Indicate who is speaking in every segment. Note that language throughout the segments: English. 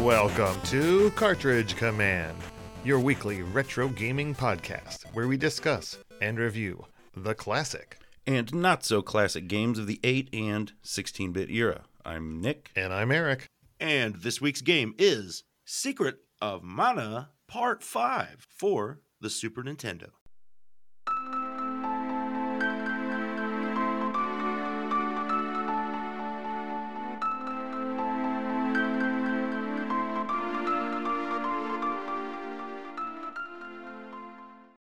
Speaker 1: Welcome to Cartridge Command, your weekly retro gaming podcast where we discuss and review the classic.
Speaker 2: and not so classic games of the 8 and 16 bit era. I'm Nick.
Speaker 1: And I'm Eric.
Speaker 2: And this week's game is Secret of Mana Part 5 for the Super Nintendo.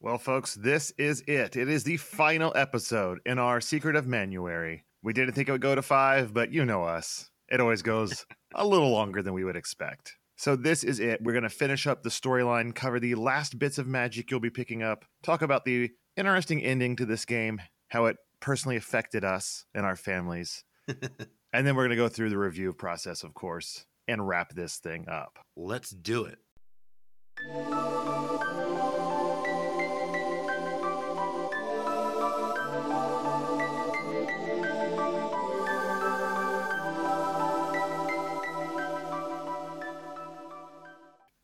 Speaker 1: Well, folks, this is it. It is the final episode in our Secret of Manuary. We didn't think it would go to five, but you know us. It always goes a little longer than we would expect. So, this is it. We're going to finish up the storyline, cover the last bits of magic you'll be picking up, talk about the interesting ending to this game, how it personally affected us and our families. and then we're going to go through the review process, of course, and wrap this thing up.
Speaker 2: Let's do it.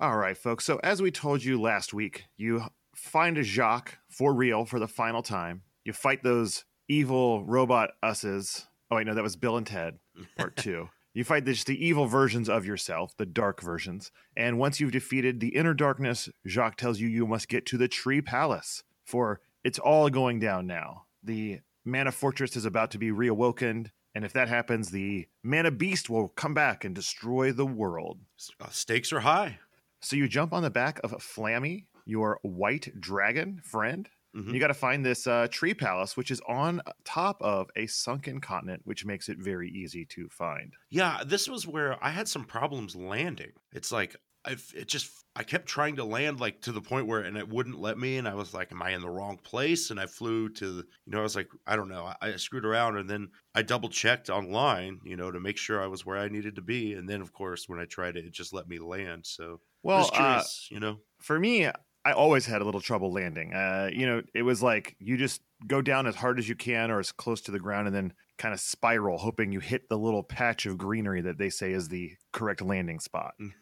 Speaker 1: All right, folks. So, as we told you last week, you find a Jacques for real for the final time. You fight those evil robot usses. Oh, wait, no, that was Bill and Ted, part two. You fight just the evil versions of yourself, the dark versions. And once you've defeated the inner darkness, Jacques tells you you must get to the Tree Palace, for it's all going down now. The Mana Fortress is about to be reawoken. And if that happens, the Mana Beast will come back and destroy the world.
Speaker 2: S- uh, Stakes are high.
Speaker 1: So you jump on the back of Flammy, your white dragon friend.
Speaker 2: Mhm.
Speaker 1: You got to find this uh, tree palace, which is on top of a sunken continent, which makes it very easy to find.
Speaker 2: Yeah, this was where I had some problems landing. It's like I've it just I kept trying to land like to the point where and it wouldn't let me and I was like am I in the wrong place and I flew to the- you know I was like I don't know I, I screwed around and then I double checked online you know to make sure I was where I needed to be and then of course when I tried it it just let me land so I
Speaker 1: Well,
Speaker 2: was
Speaker 1: uh,
Speaker 2: curious you know
Speaker 1: for me, I always had a little trouble landing. Uh, you know, it was like you just go down as hard as you can or as close to the ground and then kind of spiral, hoping you hit the little patch of greenery that they say is the correct landing spot. And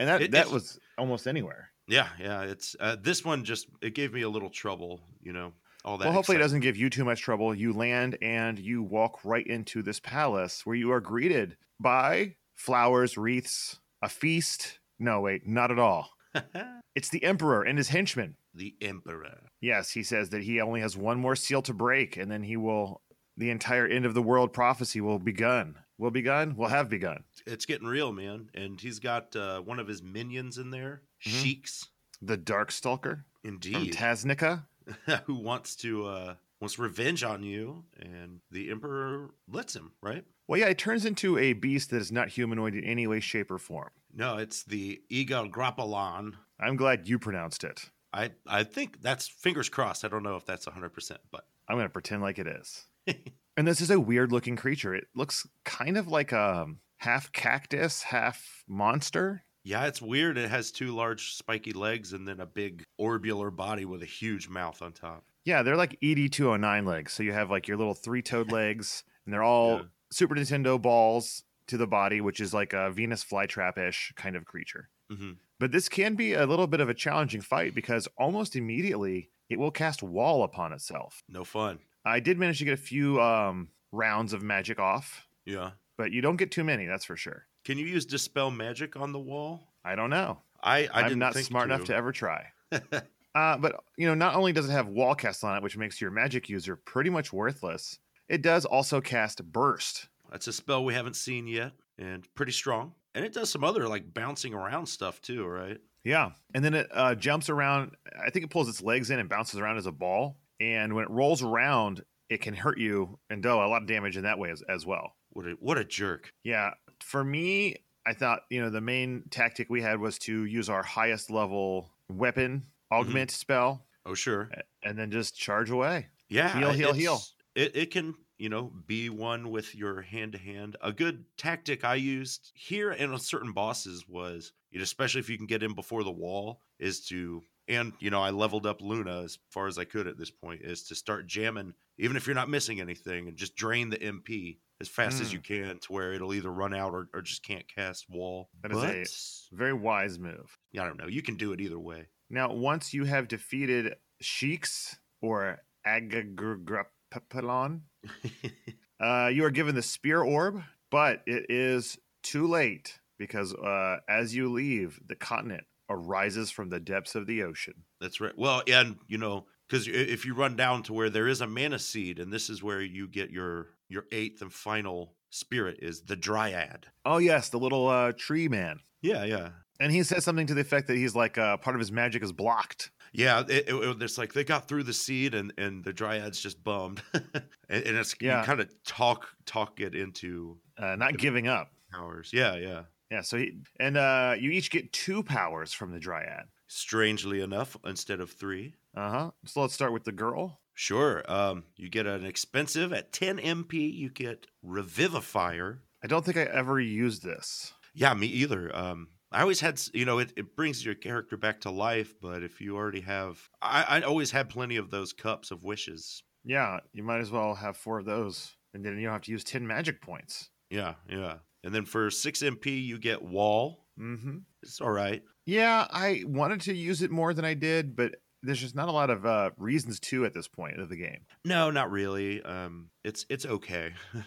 Speaker 1: that,
Speaker 2: It-
Speaker 1: that
Speaker 2: it's-
Speaker 1: was almost anywhere.
Speaker 2: yeah yeah it's uh, this one just it gave me a little trouble you know all that
Speaker 1: well, hopefully it
Speaker 2: excitement.
Speaker 1: doesn't give you too much trouble. You land and you walk right into this palace where you are greeted by flowers, wreaths, a feast. No, wait, not at all. It's the emperor and his henchmen.
Speaker 2: the emperor
Speaker 1: Yes, he says that he only has one more seal to break, and then he will. The entire end of the world prophecy will begun. Will begun. Will have begun.
Speaker 2: it's getting real, man. And he's got uh, one of his minions in there,
Speaker 1: Mhm.
Speaker 2: Sheiks,
Speaker 1: The Dark Stalker from
Speaker 2: indeed,
Speaker 1: Taznica.
Speaker 2: who wants to uh, wants revenge on you, and the Emperor lets him. Right?
Speaker 1: Well, yeah, it turns into a beast that is not humanoid in any way, shape, or form.
Speaker 2: No, it's the Eagle Grapalon.
Speaker 1: I'm glad you pronounced it.
Speaker 2: I I think that's fingers crossed. I don't know if that's hundred percent, but
Speaker 1: I'm going to pretend like it is. and this is a weird looking creature. It looks kind of like a um, half cactus, half monster.
Speaker 2: yeah, it's weird. It has two large spiky legs and then a big orbular body with a huge mouth on top.
Speaker 1: Yeah, they're like E ED209 legs. So you have like your little three toed legs, and they're all
Speaker 2: Yeah.
Speaker 1: Super Nintendo balls to the body, which is like a Venus flytrap ish kind of creature.
Speaker 2: hmm
Speaker 1: But this can be a little bit of a challenging fight because almost immediately it will cast wall upon itself.
Speaker 2: No fun.
Speaker 1: I did manage to get a few um, rounds of magic off,
Speaker 2: Yeah.
Speaker 1: but you don't get too many, that's for sure.
Speaker 2: Can you use dispel magic on the wall?
Speaker 1: I don't know.
Speaker 2: I, I
Speaker 1: I am
Speaker 2: didn't
Speaker 1: not
Speaker 2: think
Speaker 1: smart
Speaker 2: to.
Speaker 1: enough to ever try. uh, but you know, not only does it have wall cast on it, which makes your magic user pretty much worthless, it does also cast burst.
Speaker 2: That's a spell we haven't seen yet and pretty strong. And it does some other like bouncing around stuff too, right?
Speaker 1: Yeah, and then it uh, jumps around. I think it pulls its legs in and bounces around as a ball. And when it rolls around, it can hurt you and do a lot of damage in that way as, as well.
Speaker 2: What a, what a jerk.
Speaker 1: Yeah, for me, I thought you know the main tactic we had was to use our highest level weapon
Speaker 2: Mm-hmm.
Speaker 1: augment spell
Speaker 2: Oh, sure.
Speaker 1: and then just charge away.
Speaker 2: Yeah.
Speaker 1: Heal, heal,
Speaker 2: it's-
Speaker 1: heal.
Speaker 2: It, it can, you know, be one with your hand to hand. A good tactic I used here and on certain bosses was, you know, especially if you can get in before the wall, is to, and, you know, I leveled up Luna as far as I could at this point, is to start jamming, even if you're not missing anything, and just drain the MP as fast as you can to where it'll either run out or, or just can't cast wall.
Speaker 1: That is a- Very wise move.
Speaker 2: yeah, I don't know. You can do it either way.
Speaker 1: Now, once you have defeated Sheiks or Agagrapalon, uh, you are given the spear orb, but it is too late because uh, as you leave, the continent arises from the depths of the ocean.
Speaker 2: That's right. Well, and you know, because if you run down to where there is a mana seed, and this is where you get your your eighth and final spirit is the dryad.
Speaker 1: Oh, yes, the little uh, tree man.
Speaker 2: Yeah, yeah,
Speaker 1: And he says something to the effect that he's like, uh, part of his magic is blocked.
Speaker 2: yeah. It, it, it- it's like they got through the seed, and and the dryad's just bummed, and, and it's
Speaker 1: Yeah.
Speaker 2: you kind of talk talk it into
Speaker 1: Uh, not giving up.
Speaker 2: powers. Yeah, yeah.
Speaker 1: Yeah, so he, and uh, you each get two powers from the dryad.
Speaker 2: Strangely enough, instead of three,
Speaker 1: Uh huh. So let's start with the girl.
Speaker 2: Sure. Um, you get an expensive at 10 MP. You get Revivifier.
Speaker 1: I don't think I ever used this.
Speaker 2: Yeah, me either. Um, I always had, s- you know, it, it brings your character back to life, but if you already have, I, I always had plenty of those cups of wishes.
Speaker 1: Yeah, you might as well have four of those, and then you don't have to use ten magic points.
Speaker 2: Yeah, yeah. And then for 6 MP, you get Wall.
Speaker 1: Mm-hmm.
Speaker 2: It's all right.
Speaker 1: Yeah, I wanted to use it more than I did, but there's just not a lot of uh, reasons to at this point of the game.
Speaker 2: No, not really. Um, it's it's okay.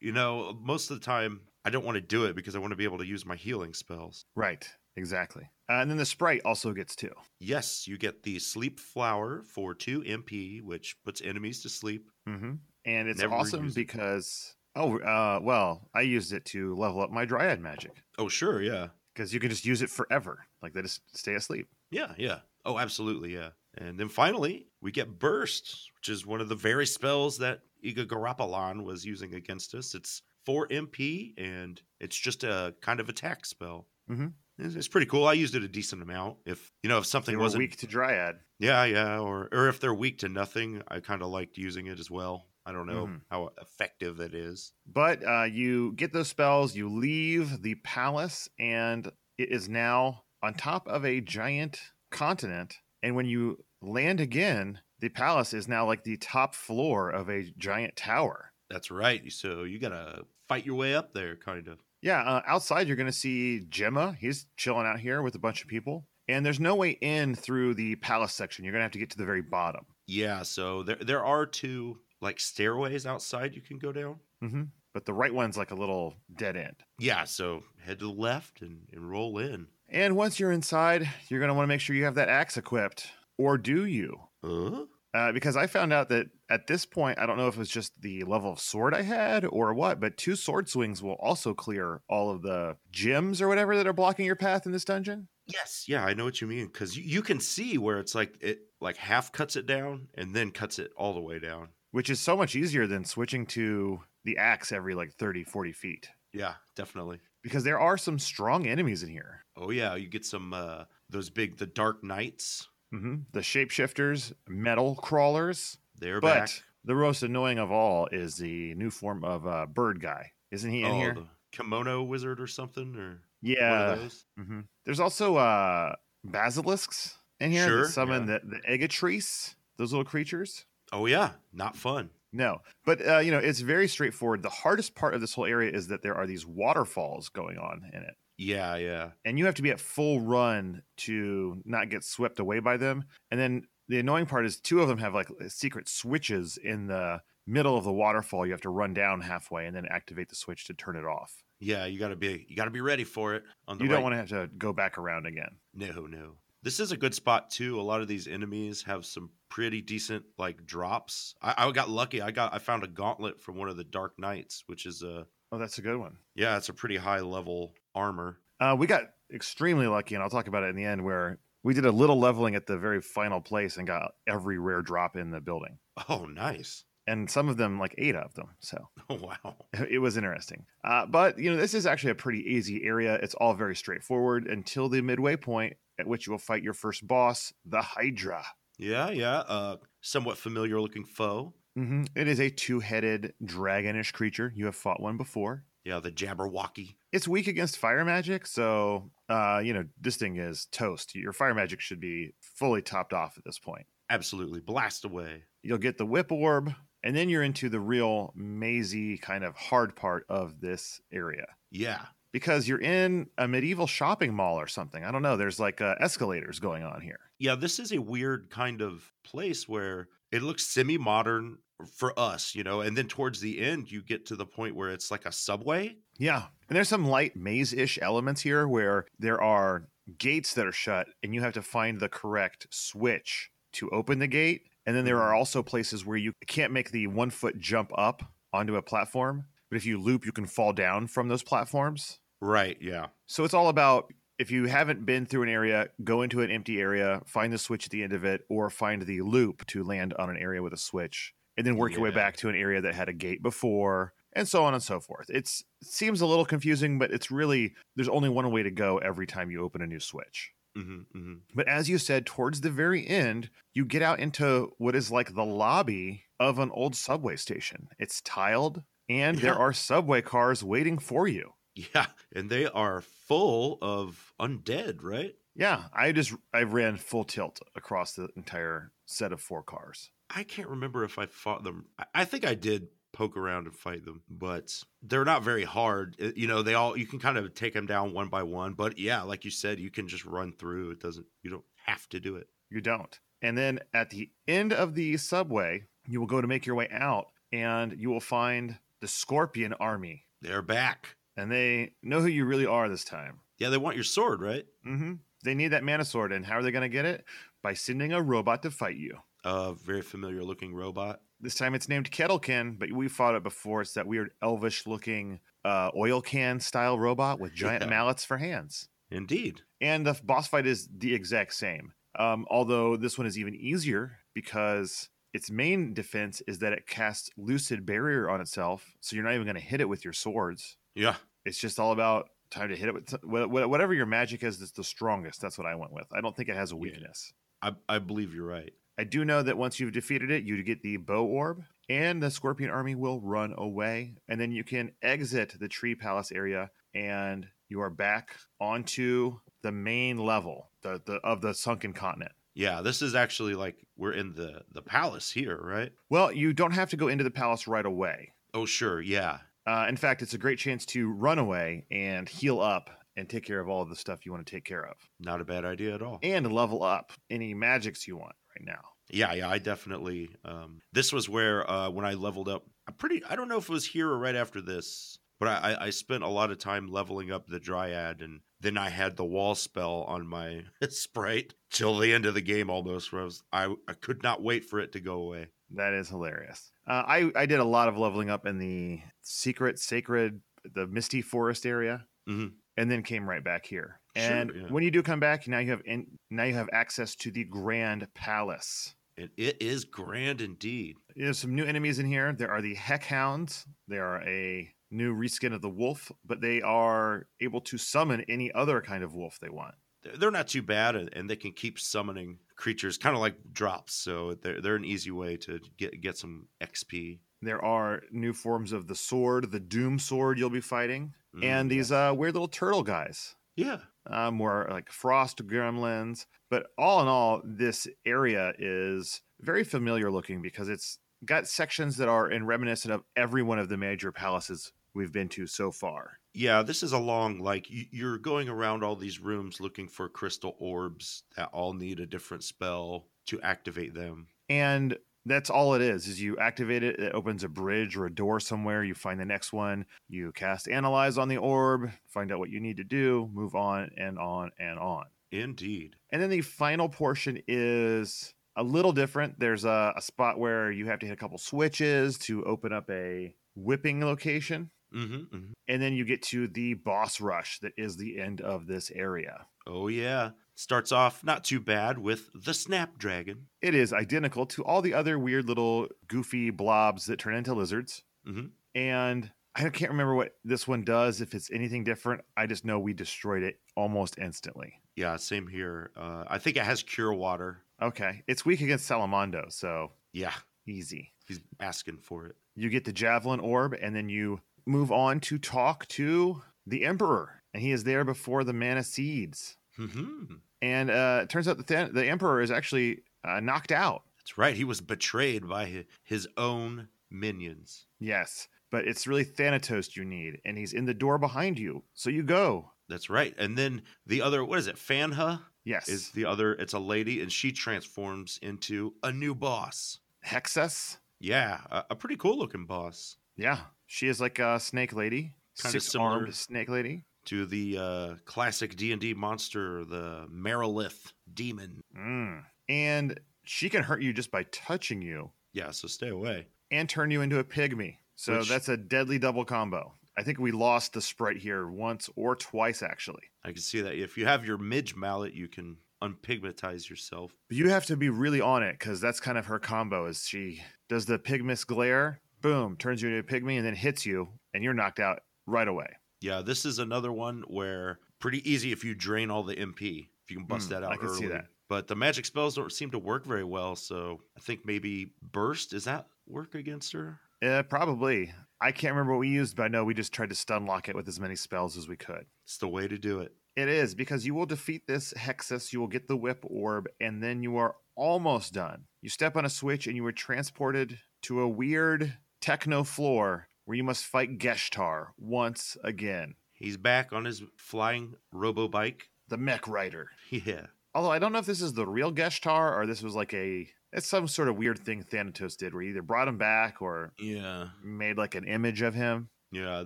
Speaker 2: you know, most of the time, I don't want to do it because I want to be able to use my healing spells.
Speaker 1: Right. Exactly. Uh, and then the sprite also gets two.
Speaker 2: Yes, you get the sleep flower for 2 MP, which puts enemies to sleep.
Speaker 1: Mm-hmm. And it's
Speaker 2: Never
Speaker 1: awesome
Speaker 2: used it.
Speaker 1: because oh uh, well, I used it to level up my dryad magic
Speaker 2: Oh, sure, yeah.
Speaker 1: because you can just use it forever. Like they just stay asleep.
Speaker 2: Yeah, yeah. Oh, absolutely, yeah. And then finally, we get Burst, which is one of the very spells that Iga Garapalan was using against us. It's 4 MP, and it's just a kind of attack spell.
Speaker 1: Mhm.
Speaker 2: It's, it's pretty cool. I used it a decent amount. If, you know, if
Speaker 1: They
Speaker 2: something
Speaker 1: were
Speaker 2: wasn't.
Speaker 1: weak to dryad.
Speaker 2: Yeah, yeah. Or, or if they're weak to nothing, I kind of liked using it as well. I don't know
Speaker 1: Mhm.
Speaker 2: how effective it is.
Speaker 1: But uh, you get those spells, you leave the palace, and it is now on top of a giant continent. And when you land again, the palace is now like the top floor of a giant tower.
Speaker 2: That's right. So you got to fight your way up there, kind of.
Speaker 1: Yeah, uh, outside you're going to see Gemma. He's chilling out here with a bunch of people. And there's no way in through the palace section. You're going to have to get to the very bottom.
Speaker 2: Yeah, so there there are two like stairways outside you can go down.
Speaker 1: hmm But the right one's like a little dead end.
Speaker 2: Yeah, so head to the left and, and roll in.
Speaker 1: And once you're inside, you're going to want to make sure you have that axe equipped. Or do you?
Speaker 2: Huh?
Speaker 1: uh, because I found out that at this point, I don't know if it was just the level of sword I had or what, but two sword swings will also clear all of the gems or whatever that are blocking your path in this dungeon.
Speaker 2: Yes, yeah, I know what you mean because you, you can see where it's like it like half cuts it down and then cuts it all the way down.
Speaker 1: Which is so much easier than switching to the axe every like 30, 40 feet.
Speaker 2: Yeah, definitely.
Speaker 1: Because there are some strong enemies in here.
Speaker 2: Oh yeah, you get some uh those big the dark knights.
Speaker 1: hmm The shapeshifters, metal crawlers.
Speaker 2: They're
Speaker 1: but
Speaker 2: back.
Speaker 1: the most annoying of all is the new form of uh, bird guy. Isn't he in
Speaker 2: Oh,
Speaker 1: here?
Speaker 2: the kimono wizard or something or one
Speaker 1: yeah.
Speaker 2: of those.
Speaker 1: hmm There's also uh, basilisks in here
Speaker 2: Sure,
Speaker 1: that summon the, the egatrice, those little creatures.
Speaker 2: Oh yeah, not fun.
Speaker 1: No, but uh, you know it's very straightforward. The hardest part of this whole area is that there are these waterfalls going on in it,
Speaker 2: Yeah, yeah.
Speaker 1: and you have to be at full run to not get swept away by them. And then the annoying part is two of them have like secret switches in the middle of the waterfall. You have to run down halfway and then activate the switch to turn it off.
Speaker 2: Yeah, you gotta be you gotta be ready for it on the
Speaker 1: You
Speaker 2: right
Speaker 1: don't want to have to go back around again.
Speaker 2: No, no. This is a good spot too. A lot of these enemies have some pretty decent like drops. I, I got lucky. I got I found a gauntlet from one of the Dark Knights, which is a
Speaker 1: Oh, that's a good one.
Speaker 2: yeah, it's a pretty high level armor.
Speaker 1: Uh, we got extremely lucky, and I'll talk about it in the end, where we did a little leveling at the very final place and got every rare drop in the building.
Speaker 2: Oh, nice.
Speaker 1: And some of them, like eight of them. So
Speaker 2: Oh wow.
Speaker 1: it was interesting. Uh, but, you know, this is actually a pretty easy area. It's all very straightforward until the midway point at which you will fight your first boss, the Hydra.
Speaker 2: Yeah, yeah. Uh, somewhat familiar looking foe.
Speaker 1: hmm It is a two headed dragonish creature. You have fought one before.
Speaker 2: Yeah, the Jabberwocky.
Speaker 1: It's weak against fire magic, so, uh, you know, this thing is toast. Your fire magic should be fully topped off at this point.
Speaker 2: Absolutely blast away.
Speaker 1: you'll get the whip orb And then you're into the real mazy kind of hard part of this area
Speaker 2: Yeah.
Speaker 1: because you're in a medieval shopping mall or something. I don't know. There's like uh, escalators going on here.
Speaker 2: Yeah, this is a weird kind of place where it looks semi modern for us, you know, and then towards the end, you get to the point where it's like a subway.
Speaker 1: Yeah. And there's some light maze ish elements here where there are gates that are shut and you have to find the correct switch to open the gate. And then there are also places where you can't make the one foot jump up onto a platform, but if you loop, you can fall down from those platforms.
Speaker 2: Right. Yeah.
Speaker 1: So it's all about if you haven't been through an area, go into an empty area, find the switch at the end of it, or find the loop to land on an area with a switch, and then work your way
Speaker 2: Yeah.
Speaker 1: back to an area that had a gate before, and so on and so forth. It's it seems a little confusing, but it's really there's only one way to go every time you open a new switch.
Speaker 2: hmm hmm
Speaker 1: But as you said, towards the very end, you get out into what is like the lobby of an old subway station. It's tiled, and there
Speaker 2: Yeah.
Speaker 1: are subway cars waiting for you.
Speaker 2: Yeah. And they are full of undead, right?
Speaker 1: Yeah, I just I ran full tilt across the entire set of four cars.
Speaker 2: I can't remember if I fought them. I- I think I did poke around and fight them, but they're not very hard. Uh, You know, they all you can kind of take them down one by one, but yeah, like you said, you can just run through. It doesn't you don't have to do it.
Speaker 1: You don't. And then at the end of the subway, you will go to make your way out and you will find the Scorpion army.
Speaker 2: They're back.
Speaker 1: And they know who you really are this time.
Speaker 2: Yeah, they want your sword, right?
Speaker 1: Mhm. They need that mana sword and how are they going to get it? By sending a robot to fight you.
Speaker 2: A very familiar looking robot.
Speaker 1: This time it's named Kettlekin, but we fought it before. It's that weird elvish looking uh, oil can style robot with giant
Speaker 2: Yeah.
Speaker 1: mallets for hands.
Speaker 2: Indeed.
Speaker 1: and the f- boss fight is the exact same. Um, although this one is even easier because its main defense is that it casts lucid barrier on itself, so you're not even going to hit it with your swords.
Speaker 2: Yeah.
Speaker 1: It's just all about time to hit it with wh- wh- whatever your magic is that's the strongest. That's what I went with. I don't think it has a
Speaker 2: Yeah.
Speaker 1: weakness.
Speaker 2: I, I believe you're right.
Speaker 1: I do know that once you've defeated it, you get the bow orb, and the scorpion army will run away. And then you can exit the tree palace area, and you are back onto the main level the, the, of the sunken continent.
Speaker 2: Yeah, this is actually like we're in the the palace here, right?
Speaker 1: Well, you don't have to go into the palace right away.
Speaker 2: Oh sure, yeah.
Speaker 1: Uh, in fact, it's a great chance to run away and heal up and take care of all of the stuff you want to take care of
Speaker 2: Not a bad idea at all.
Speaker 1: and level up any magics you want right now.
Speaker 2: Yeah, yeah, I definitely. Um, this was where uh, when I leveled up. I pretty. I don't know if it was here or right after this, but I, I, I spent a lot of time leveling up the dryad, and then I had the wall spell on my sprite till the end of the game almost. Where I was, I, I could not wait for it to go away.
Speaker 1: That is hilarious. Uh, I I did a lot of leveling up in the secret, sacred, the misty forest area,
Speaker 2: Mhm.
Speaker 1: and then came right back here.
Speaker 2: Sure,
Speaker 1: And
Speaker 2: yeah.
Speaker 1: when you do come back, now you have in, now you have access to the Grand Palace.
Speaker 2: And it is grand indeed.
Speaker 1: There's some new enemies in here. There are the Heck Hounds. They are a new reskin of the wolf, but they are able to summon any other kind of wolf they want.
Speaker 2: They're they're not too bad, and, and they can keep summoning creatures, kind of like drops. So they're they're an easy way to get get some XP.
Speaker 1: There are new forms of the sword, the Doom Sword you'll be fighting,
Speaker 2: Mhm.
Speaker 1: and these uh, weird little turtle guys.
Speaker 2: yeah.
Speaker 1: uh, more like frost gremlins. But all in all, this area is very familiar looking because it's got sections that are in reminiscent of every one of the major palaces we've been to so far.
Speaker 2: Yeah, this is a long like y- you're going around all these rooms looking for crystal orbs that all need a different spell to activate them.
Speaker 1: And that's all it is is you activate it it opens a bridge or a door somewhere you find the next one you cast analyze on the orb find out what you need to do move on and on and on
Speaker 2: Indeed.
Speaker 1: And then the final portion is a little different. There's a, a spot where you have to hit a couple switches to open up a whipping location.
Speaker 2: Mhm, mhm.
Speaker 1: And then you get to the boss rush that is the end of this area.
Speaker 2: Oh yeah. Starts off not too bad with the snapdragon.
Speaker 1: It is identical to all the other weird little goofy blobs that turn into lizards.
Speaker 2: Mhm.
Speaker 1: And I can't remember what this one does, if it's anything different. I just know we destroyed it almost instantly.
Speaker 2: Yeah, same here. Uh, I think it has cure water.
Speaker 1: Okay. It's weak against Salamondo, so
Speaker 2: Yeah,
Speaker 1: easy.
Speaker 2: he's asking for it.
Speaker 1: you get the javelin orb and then you move on to talk to the emperor and he is there before the mana seeds
Speaker 2: Mhm.
Speaker 1: and uh, it turns out that the, the emperor is actually uh, knocked out
Speaker 2: That's right. He was betrayed by hi- his own minions.
Speaker 1: Yes, but it's really Thanatos you need, and he's in the door behind you. So you go.
Speaker 2: That's right. And then the other, what is it? Fanha
Speaker 1: Yes.
Speaker 2: is the other. It's a lady, and she transforms into a new boss.
Speaker 1: Hexus?
Speaker 2: Yeah, a, a pretty cool looking boss
Speaker 1: Yeah. She is like a snake lady,
Speaker 2: Kinda
Speaker 1: six armed
Speaker 2: similar.
Speaker 1: snake lady.
Speaker 2: to the uh, classic D and D monster, the Merilith demon.
Speaker 1: Mm. And she can hurt you just by touching you
Speaker 2: Yeah, so stay away.
Speaker 1: and turn you into a pygmy. So
Speaker 2: Which-
Speaker 1: that's a deadly double combo. I think we lost the sprite here once or twice, actually.
Speaker 2: I can see that if you have your midge mallet, you can unpigmentize yourself.
Speaker 1: But you have to be really on it because that's kind of her combo. Is she does the pygmus glare, boom, turns you into a pygmy, and then hits you, and you're knocked out right away.
Speaker 2: Yeah, this is another one where pretty easy if you drain all the MP. If you can bust
Speaker 1: Hmm,
Speaker 2: that
Speaker 1: I
Speaker 2: out
Speaker 1: can
Speaker 2: early.
Speaker 1: see that.
Speaker 2: But the magic spells don't seem to work very well, so I think maybe burst is that work against her?
Speaker 1: Uh, probably. I can't remember what we used, but I know we just tried to stun lock it with as many spells as we could.
Speaker 2: It's the way to do it.
Speaker 1: It is because you will defeat this Hexus, you will get the whip orb, and then you are almost done. You step on a switch and you are transported to a weird techno floor where you must fight Geshtar once again,
Speaker 2: He's back on his flying robo bike.
Speaker 1: the mech rider.
Speaker 2: Yeah.
Speaker 1: Although I don't know if this is the real Geshtar or this was like a it's some sort of weird thing Thanatos did where he either brought him back or
Speaker 2: Yeah.
Speaker 1: made like an image of him.
Speaker 2: Yeah.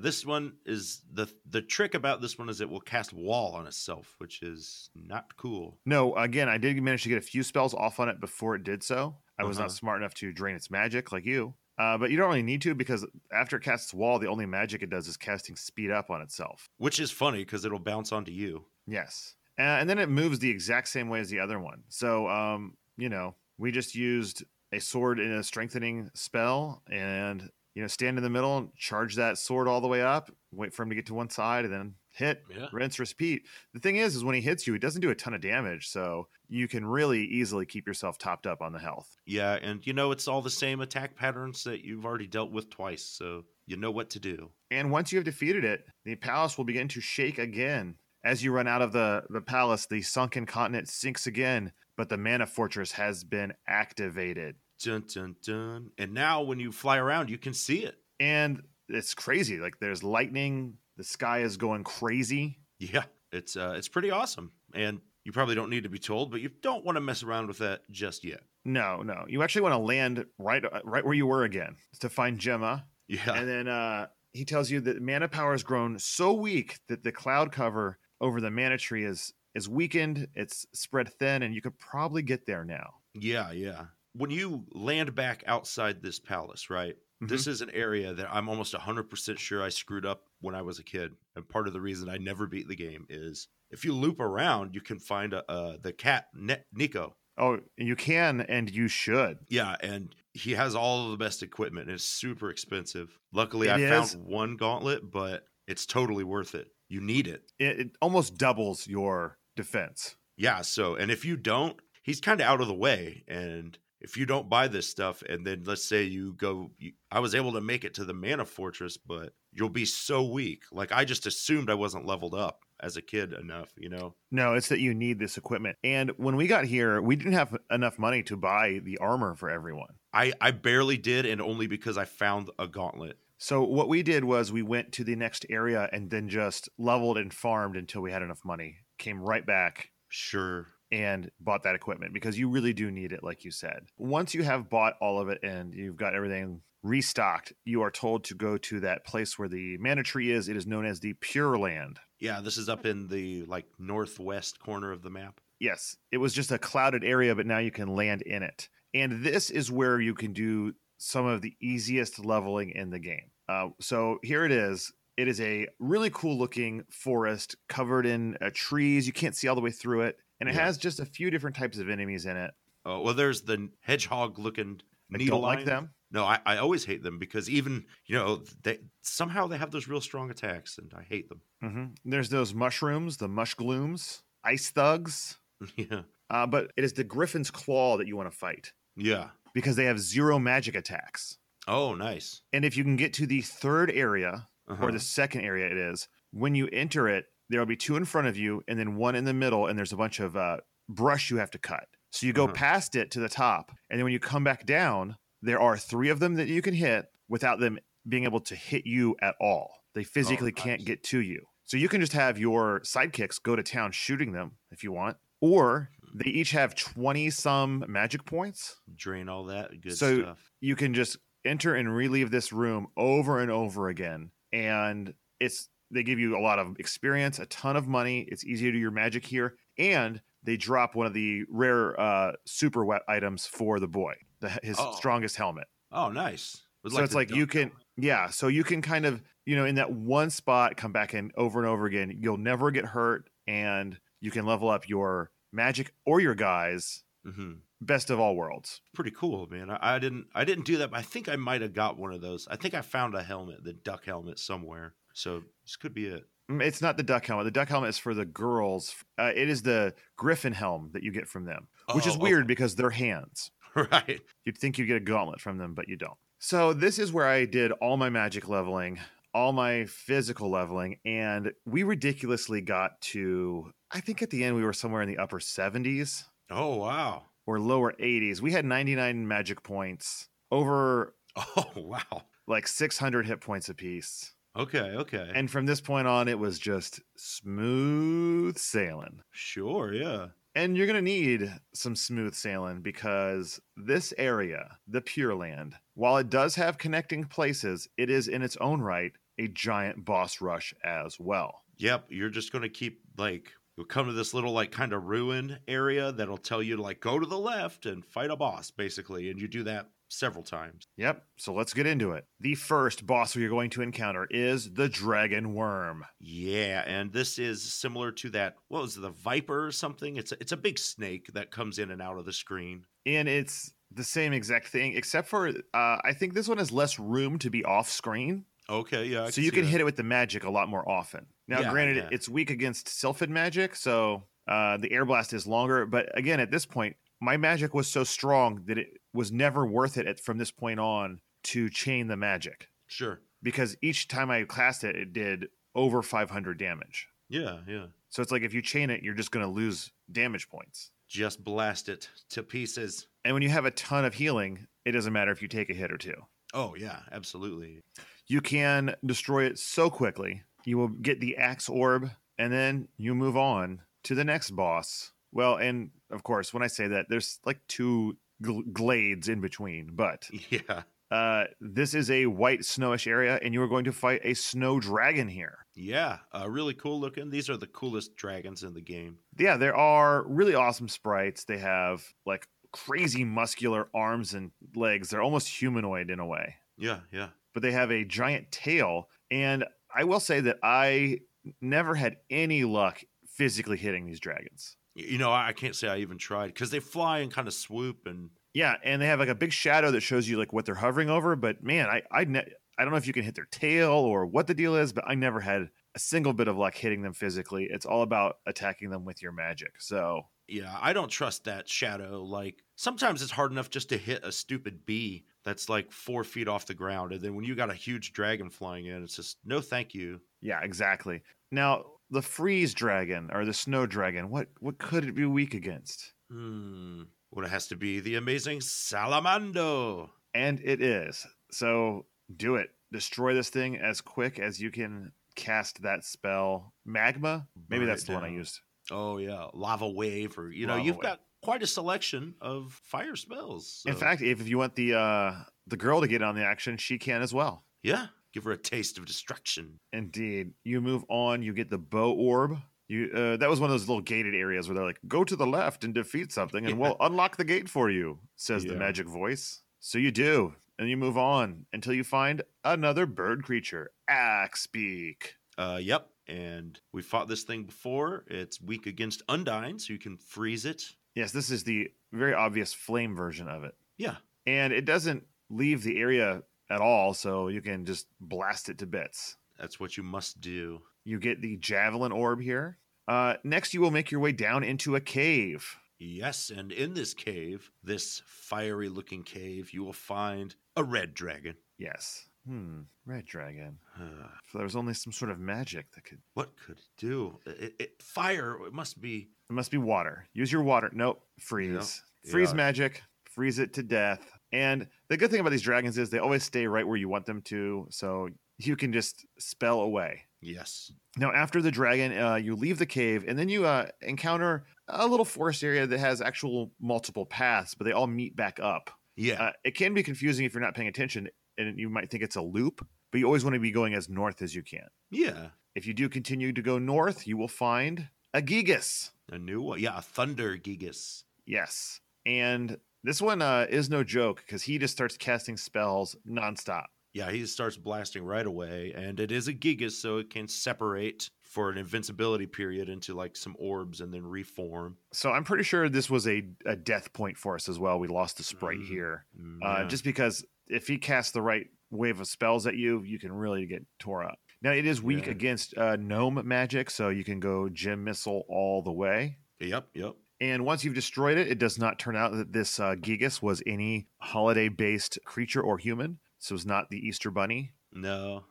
Speaker 2: This one is the the trick about this one is it will cast wall on itself, which is not cool.
Speaker 1: No, again, I did manage to get a few spells off on it before it did so. I was not
Speaker 2: Uh-huh.
Speaker 1: smart enough to drain its magic like you. Uh, but you don't really need to because after it casts wall, the only magic it does is casting speed up on itself.
Speaker 2: Which is funny because it'll bounce onto you.
Speaker 1: Yes. Uh, and then it moves the exact same way as the other one. So, um, you know, we just used a sword in a strengthening spell and, you know, stand in the middle and charge that sword all the way up, wait for him to get to one side and then hit,
Speaker 2: Yeah.
Speaker 1: rinse, repeat. The thing is, is when he hits you, it doesn't do a ton of damage. So you can really easily keep yourself topped up on the health.
Speaker 2: Yeah, and you know it's all the same attack patterns that you've already dealt with twice, so you know what to do.
Speaker 1: And once you have defeated it, the palace will begin to shake again. As you run out of the, the palace, the sunken continent sinks again, but the mana fortress has been activated.
Speaker 2: Dun dun dun. And now when you fly around, you can see it.
Speaker 1: and it's crazy. Like there's lightning, the sky is going crazy.
Speaker 2: Yeah, it's uh, it's pretty awesome. And you probably don't need to be told, but you don't want to mess around with that just yet.
Speaker 1: No, no, you actually want to land right, uh, right where you were again to find Gemma,
Speaker 2: Yeah,
Speaker 1: and then uh, he tells you that mana power has grown so weak that the cloud cover over the mana tree is is weakened. It's spread thin, and you could probably get there now.
Speaker 2: yeah, yeah. When you land back outside this palace, right? This
Speaker 1: Mm-hmm.
Speaker 2: is an area that I'm almost 100% sure I screwed up when I was a kid. And part of the reason I never beat the game is if you loop around, you can find a, uh, the cat, ne- Nico.
Speaker 1: Oh, you can and you should.
Speaker 2: Yeah, and he has all of the best equipment. and It's super expensive. Luckily,
Speaker 1: It
Speaker 2: I
Speaker 1: is.
Speaker 2: found one gauntlet, but it's totally worth it. You need it.
Speaker 1: It, it almost doubles your defense.
Speaker 2: Yeah, so and if you don't, he's kind of out of the way and if you don't buy this stuff and then let's say you go you, I was able to make it to the mana fortress, but you'll be so weak. Like I just assumed I wasn't leveled up as a kid enough, you know.
Speaker 1: No, it's that you need this equipment. And when we got here, we didn't have enough money to buy the armor for everyone.
Speaker 2: I I barely did and only because I found a gauntlet.
Speaker 1: So what we did was we went to the next area and then just leveled and farmed until we had enough money. Came right back
Speaker 2: Sure.
Speaker 1: and bought that equipment because you really do need it like you said. Once you have bought all of it and you've got everything restocked, you are told to go to that place where the mana tree is. It is known as the Pure Land.
Speaker 2: Yeah, this is up in the like northwest corner of the map.
Speaker 1: Yes, it was just a clouded area, but now you can land in it. And this is where you can do some of the easiest leveling in the game. Uh, so here it is. It is a really cool looking forest covered in uh, trees. You can't see all the way through it. And it
Speaker 2: Yeah.
Speaker 1: has just a few different types of enemies in it.
Speaker 2: Oh, well, there's the hedgehog looking
Speaker 1: I
Speaker 2: needle
Speaker 1: don't like
Speaker 2: lion.
Speaker 1: them.
Speaker 2: No, I, I always hate them because even, you know, they somehow they have those real strong attacks and I hate them.
Speaker 1: hmm There's those mushrooms, the mush glooms, ice thugs.
Speaker 2: yeah.
Speaker 1: Uh, but it is the griffin's claw that you want to fight
Speaker 2: Yeah.
Speaker 1: because they have zero magic attacks.
Speaker 2: Oh, nice.
Speaker 1: And if you can get to the third area,
Speaker 2: Uh-huh.
Speaker 1: or the second area it is. When you enter it, there will be two in front of you and then one in the middle, and there's a bunch of uh, brush you have to cut. So you go
Speaker 2: Uh-huh.
Speaker 1: past it to the top, and then when you come back down, there are three of them that you can hit, without them being able to hit you at all. They physically
Speaker 2: Oh, nice.
Speaker 1: can't get to you. So you can just have your sidekicks go to town shooting them if you want, or
Speaker 2: Hmm.
Speaker 1: they each have 20 some magic points.
Speaker 2: Drain all that good
Speaker 1: So-
Speaker 2: stuff.
Speaker 1: You can just enter and relieve this room over and over again. And it's they give you a lot of experience, a ton of money. It's easy to do your magic here. And they drop one of the rare uh, super wet items for the boy, the, his
Speaker 2: Oh.
Speaker 1: strongest helmet.
Speaker 2: Oh, nice. With,
Speaker 1: so it's
Speaker 2: the
Speaker 1: like you
Speaker 2: dunk
Speaker 1: can yeah so you can kind of you know in that one spot come back in over and over again you'll never get hurt and you can level up your magic or your guys
Speaker 2: helmet. Mhm.
Speaker 1: best of all worlds
Speaker 2: Pretty cool, man. I, I didn't. I didn't do that. But I think I might have got one of those. I think I found a helmet, the duck helmet, somewhere. So this could be it.
Speaker 1: Mm, it's not the duck helmet the duck helmet is for the girls uh, it is the griffin helm that you get from them which is
Speaker 2: Oh,
Speaker 1: weird because they're hands
Speaker 2: okay. right?
Speaker 1: You'd think you'd get a gauntlet from them, but you don't. So this is where I did all my magic leveling, all my physical leveling, and we ridiculously got to I think at the end we were somewhere in the upper 70s
Speaker 2: Oh wow.
Speaker 1: or lower 80s. We had 99 magic points, over
Speaker 2: Oh wow.
Speaker 1: like 600 hit points apiece.
Speaker 2: Okay. Okay.
Speaker 1: And from this point on it was just smooth sailing.
Speaker 2: sure. Yeah.
Speaker 1: And you're going to need some smooth sailing because this area, the Pure Land, while it does have connecting places, it is in its own right a giant boss rush as well.
Speaker 2: Yep. You're just gonna keep like you'll come to this little like kind of ruin area that'll tell you to like go to the left and fight a boss basically, and you do that several times.
Speaker 1: Yep, so let's get into it. The first boss you're going to encounter is the Dragon Worm.
Speaker 2: Yeah, and this is similar to that. What was it, the viper or something? It's a, it's a big snake that comes in and out of the screen.
Speaker 1: And it's the same exact thing, except for uh, I think this one has less room to be off screen.
Speaker 2: Okay, yeah. I
Speaker 1: so you can
Speaker 2: see
Speaker 1: hit it with the magic a lot more often. Now,
Speaker 2: Yeah,
Speaker 1: granted,
Speaker 2: yeah.
Speaker 1: it's weak against Sylphid magic, so uh, the air blast is longer. But again, at this point, my magic was so strong that it was never worth it at, from this point on to chain the magic
Speaker 2: that. Sure.
Speaker 1: because each time I cast it, it did over 500 damage.
Speaker 2: Yeah, yeah.
Speaker 1: So it's like if you chain it, you're just going to lose damage points.
Speaker 2: Just blast it to pieces.
Speaker 1: And when you have a ton of healing, it doesn't matter if you take a hit or two.
Speaker 2: Oh yeah, absolutely.
Speaker 1: you can destroy it so quickly you will get the axe orb and then you move on to the next boss well and of course when i say that there's like two gl- glades in between but
Speaker 2: Yeah,
Speaker 1: uh, this is a white snowish area and you are going to fight a snow dragon here
Speaker 2: yeah. Uh, really cool looking. These are the coolest dragons in the game.
Speaker 1: yeah there are really awesome sprites they have like crazy muscular arms and legs they're almost humanoid in a way
Speaker 2: Yeah, yeah.
Speaker 1: but they have a giant tail. And I will say that I never had any luck physically hitting these dragons.
Speaker 2: Y- You know, I I can't say I even tried because they fly and kind of swoop and
Speaker 1: Yeah, and they have like a big shadow that shows you like what they're hovering over. But man, I I, ne- I don't know if you can hit their tail or what the deal is, but I never had a single bit of luck hitting them physically. It's all about attacking them with your magic. So
Speaker 2: Yeah, I don't trust that shadow. Like sometimes it's hard enough just to hit a stupid bee that's like four feet off the ground, and then when you got a huge dragon flying in, it's just no, thank you.
Speaker 1: yeah, exactly. Now the freeze dragon or the snow dragon, what what could it be weak against?
Speaker 2: Hmm. Well, it has to be the amazing Salamando.
Speaker 1: And it is. So do it. Destroy this thing as quick as you can cast that spell. Magma? Maybe
Speaker 2: Burn
Speaker 1: that's
Speaker 2: it
Speaker 1: the one I
Speaker 2: down.
Speaker 1: used.
Speaker 2: Oh yeah, lava wave, or you know,
Speaker 1: Lava
Speaker 2: you've
Speaker 1: wave.
Speaker 2: got quite a selection of fire spells.
Speaker 1: In
Speaker 2: so-
Speaker 1: fact, if you want the uh the girl to get on the action, she can as well.
Speaker 2: yeah, give her a taste of destruction.
Speaker 1: Indeed. You move on, you get the bow orb. You uh, that was one of those little gated areas where they're like, go to the left and defeat something and
Speaker 2: Yeah.
Speaker 1: we'll unlock the gate for you, says the
Speaker 2: Yeah.
Speaker 1: magic voice. So you do, and you move on until you find another bird creature. Axe beak.
Speaker 2: Uh, yep. And we fought this thing before. It's weak against Undyne, so you can freeze it.
Speaker 1: Yes, this is the very obvious flame version of it.
Speaker 2: Yeah.
Speaker 1: And it doesn't leave the area at all, so you can just blast it to bits.
Speaker 2: That's what you must do.
Speaker 1: You get the javelin orb here. Uh, next, you will make your way down into a cave.
Speaker 2: Yes, and in this cave, this fiery looking cave, you will find a red dragon.
Speaker 1: Yes. Hmm. Red dragon.
Speaker 2: Ah,
Speaker 1: If there was only some sort of magic that could.
Speaker 2: what could it do? It, it- fire, it must be.
Speaker 1: It must be water. Use your water. Nope. Freeze. Freeze
Speaker 2: Yeah.
Speaker 1: magic. Freeze it to death. And the good thing about these dragons is they always stay right where you want them to, so you can just spell away.
Speaker 2: Yes.
Speaker 1: Now, after the dragon, uh, you leave the cave, and then you uh, encounter a little forest area that has actual multiple paths, but they all meet back up.
Speaker 2: Yeah.
Speaker 1: Uh, it can be confusing if you're not paying attention, and you might think it's a loop, but you always want to be going as north as you can.
Speaker 2: yeah.
Speaker 1: If you do continue to go north, you will find a Gigas.
Speaker 2: A new one. Yeah. A Thunder Gigas.
Speaker 1: Yes. And this one uh, is no joke because he just starts casting spells nonstop.
Speaker 2: Yeah. He starts blasting right away, and it is a Gigas, so it can separate for an invincibility period into like some orbs and then reform.
Speaker 1: So I'm pretty sure this was a, a death point for us as well. We lost the sprite
Speaker 2: Mm,
Speaker 1: here. Uh,
Speaker 2: Yeah.
Speaker 1: Just because if he casts the right wave of spells at you, you can really get tore up. Now, it is weak
Speaker 2: Yeah.
Speaker 1: against uh, gnome magic, so you can go gem missile all the way.
Speaker 2: Yep. Yep.
Speaker 1: And once you've destroyed it, it does not turn out that this uh, Gigas was any holiday based creature or human. So it's not the Easter Bunny,
Speaker 2: No.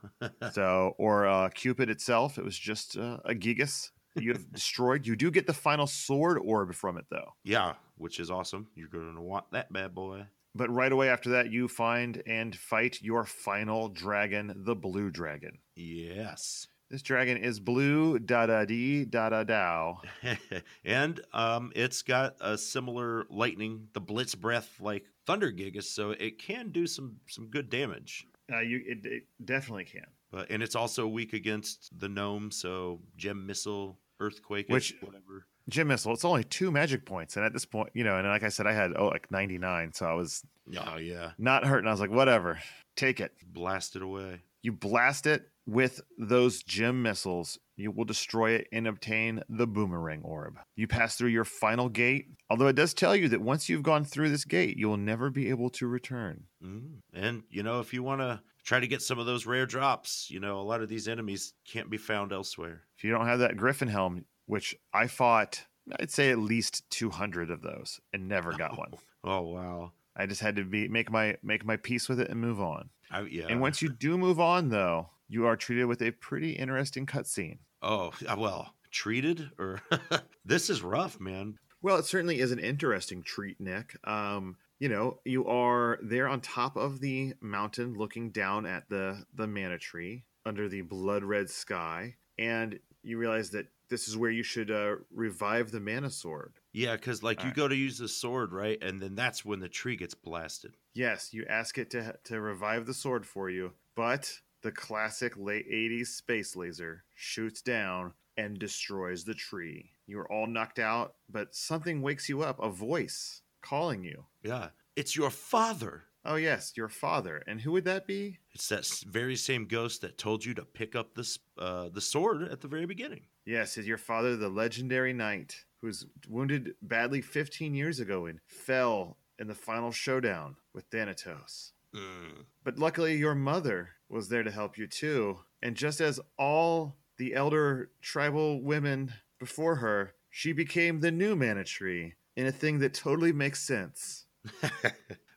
Speaker 1: so or uh, Cupid itself. It was just uh, a Gigas that you have destroyed. You do get the final sword orb from it, though.
Speaker 2: yeah. Which is awesome. You're going to want that bad boy.
Speaker 1: But right away after that, you find and fight your final dragon, the blue dragon.
Speaker 2: Yes.
Speaker 1: This dragon is blue, da da dee, da da dow.
Speaker 2: and um, it's got a similar lightning, the blitz breath like Thunder Gigas, so it can do some some good damage.
Speaker 1: Uh, you it, it definitely can.
Speaker 2: But and it's also weak against the gnome, so gem missile, earthquake,
Speaker 1: Which-
Speaker 2: whatever.
Speaker 1: Jim Missile, it's only two magic points. And at this point, you know, and like I said, I had oh, like 99, so I was
Speaker 2: Oh yeah,
Speaker 1: not hurting. I was like, whatever, take it.
Speaker 2: blasted away.
Speaker 1: You blast it with those gem missiles. You will destroy it and obtain the boomerang orb. You pass through your final gate, although it does tell you that once you've gone through this gate, you will never be able to return.
Speaker 2: Mm. And you know, if you want to try to get some of those rare drops, you know, a lot of these enemies can't be found elsewhere.
Speaker 1: If you don't have that griffin helm, which I fought, I'd say at least 200 of those and never got one.
Speaker 2: Oh wow,
Speaker 1: I just had to be make my make my peace with it and move on.
Speaker 2: I, yeah.
Speaker 1: And once you do move on though, you are treated with a pretty interesting cutscene.
Speaker 2: oh yeah, well, treated or this is rough, man.
Speaker 1: Well, it certainly is an interesting treat, Nick. Um, you know, you are there on top of the mountain, looking down at the the mana tree under the blood red sky, and you realize that this is where you should uh, revive the mana sword.
Speaker 2: Yeah, because like you
Speaker 1: Alright.
Speaker 2: go to use the sword, right? And then that's when the tree gets blasted.
Speaker 1: Yes, you ask it to to revive the sword for you, but the classic late '80s space laser shoots down and destroys the tree. You are all knocked out, but something wakes you up—a voice calling you.
Speaker 2: Yeah, it's your father.
Speaker 1: Oh yes, your father. And who would that be?
Speaker 2: It's that s- very same ghost that told you to pick up this uh, the sword at the very beginning.
Speaker 1: Yes, is your father the legendary knight who was wounded badly 15 years ago and fell in the final showdown with Thanatos.
Speaker 2: Mm.
Speaker 1: But luckily your mother was there to help you too. And just as all the elder tribal women before her, she became the new mana tree in a thing that totally makes sense.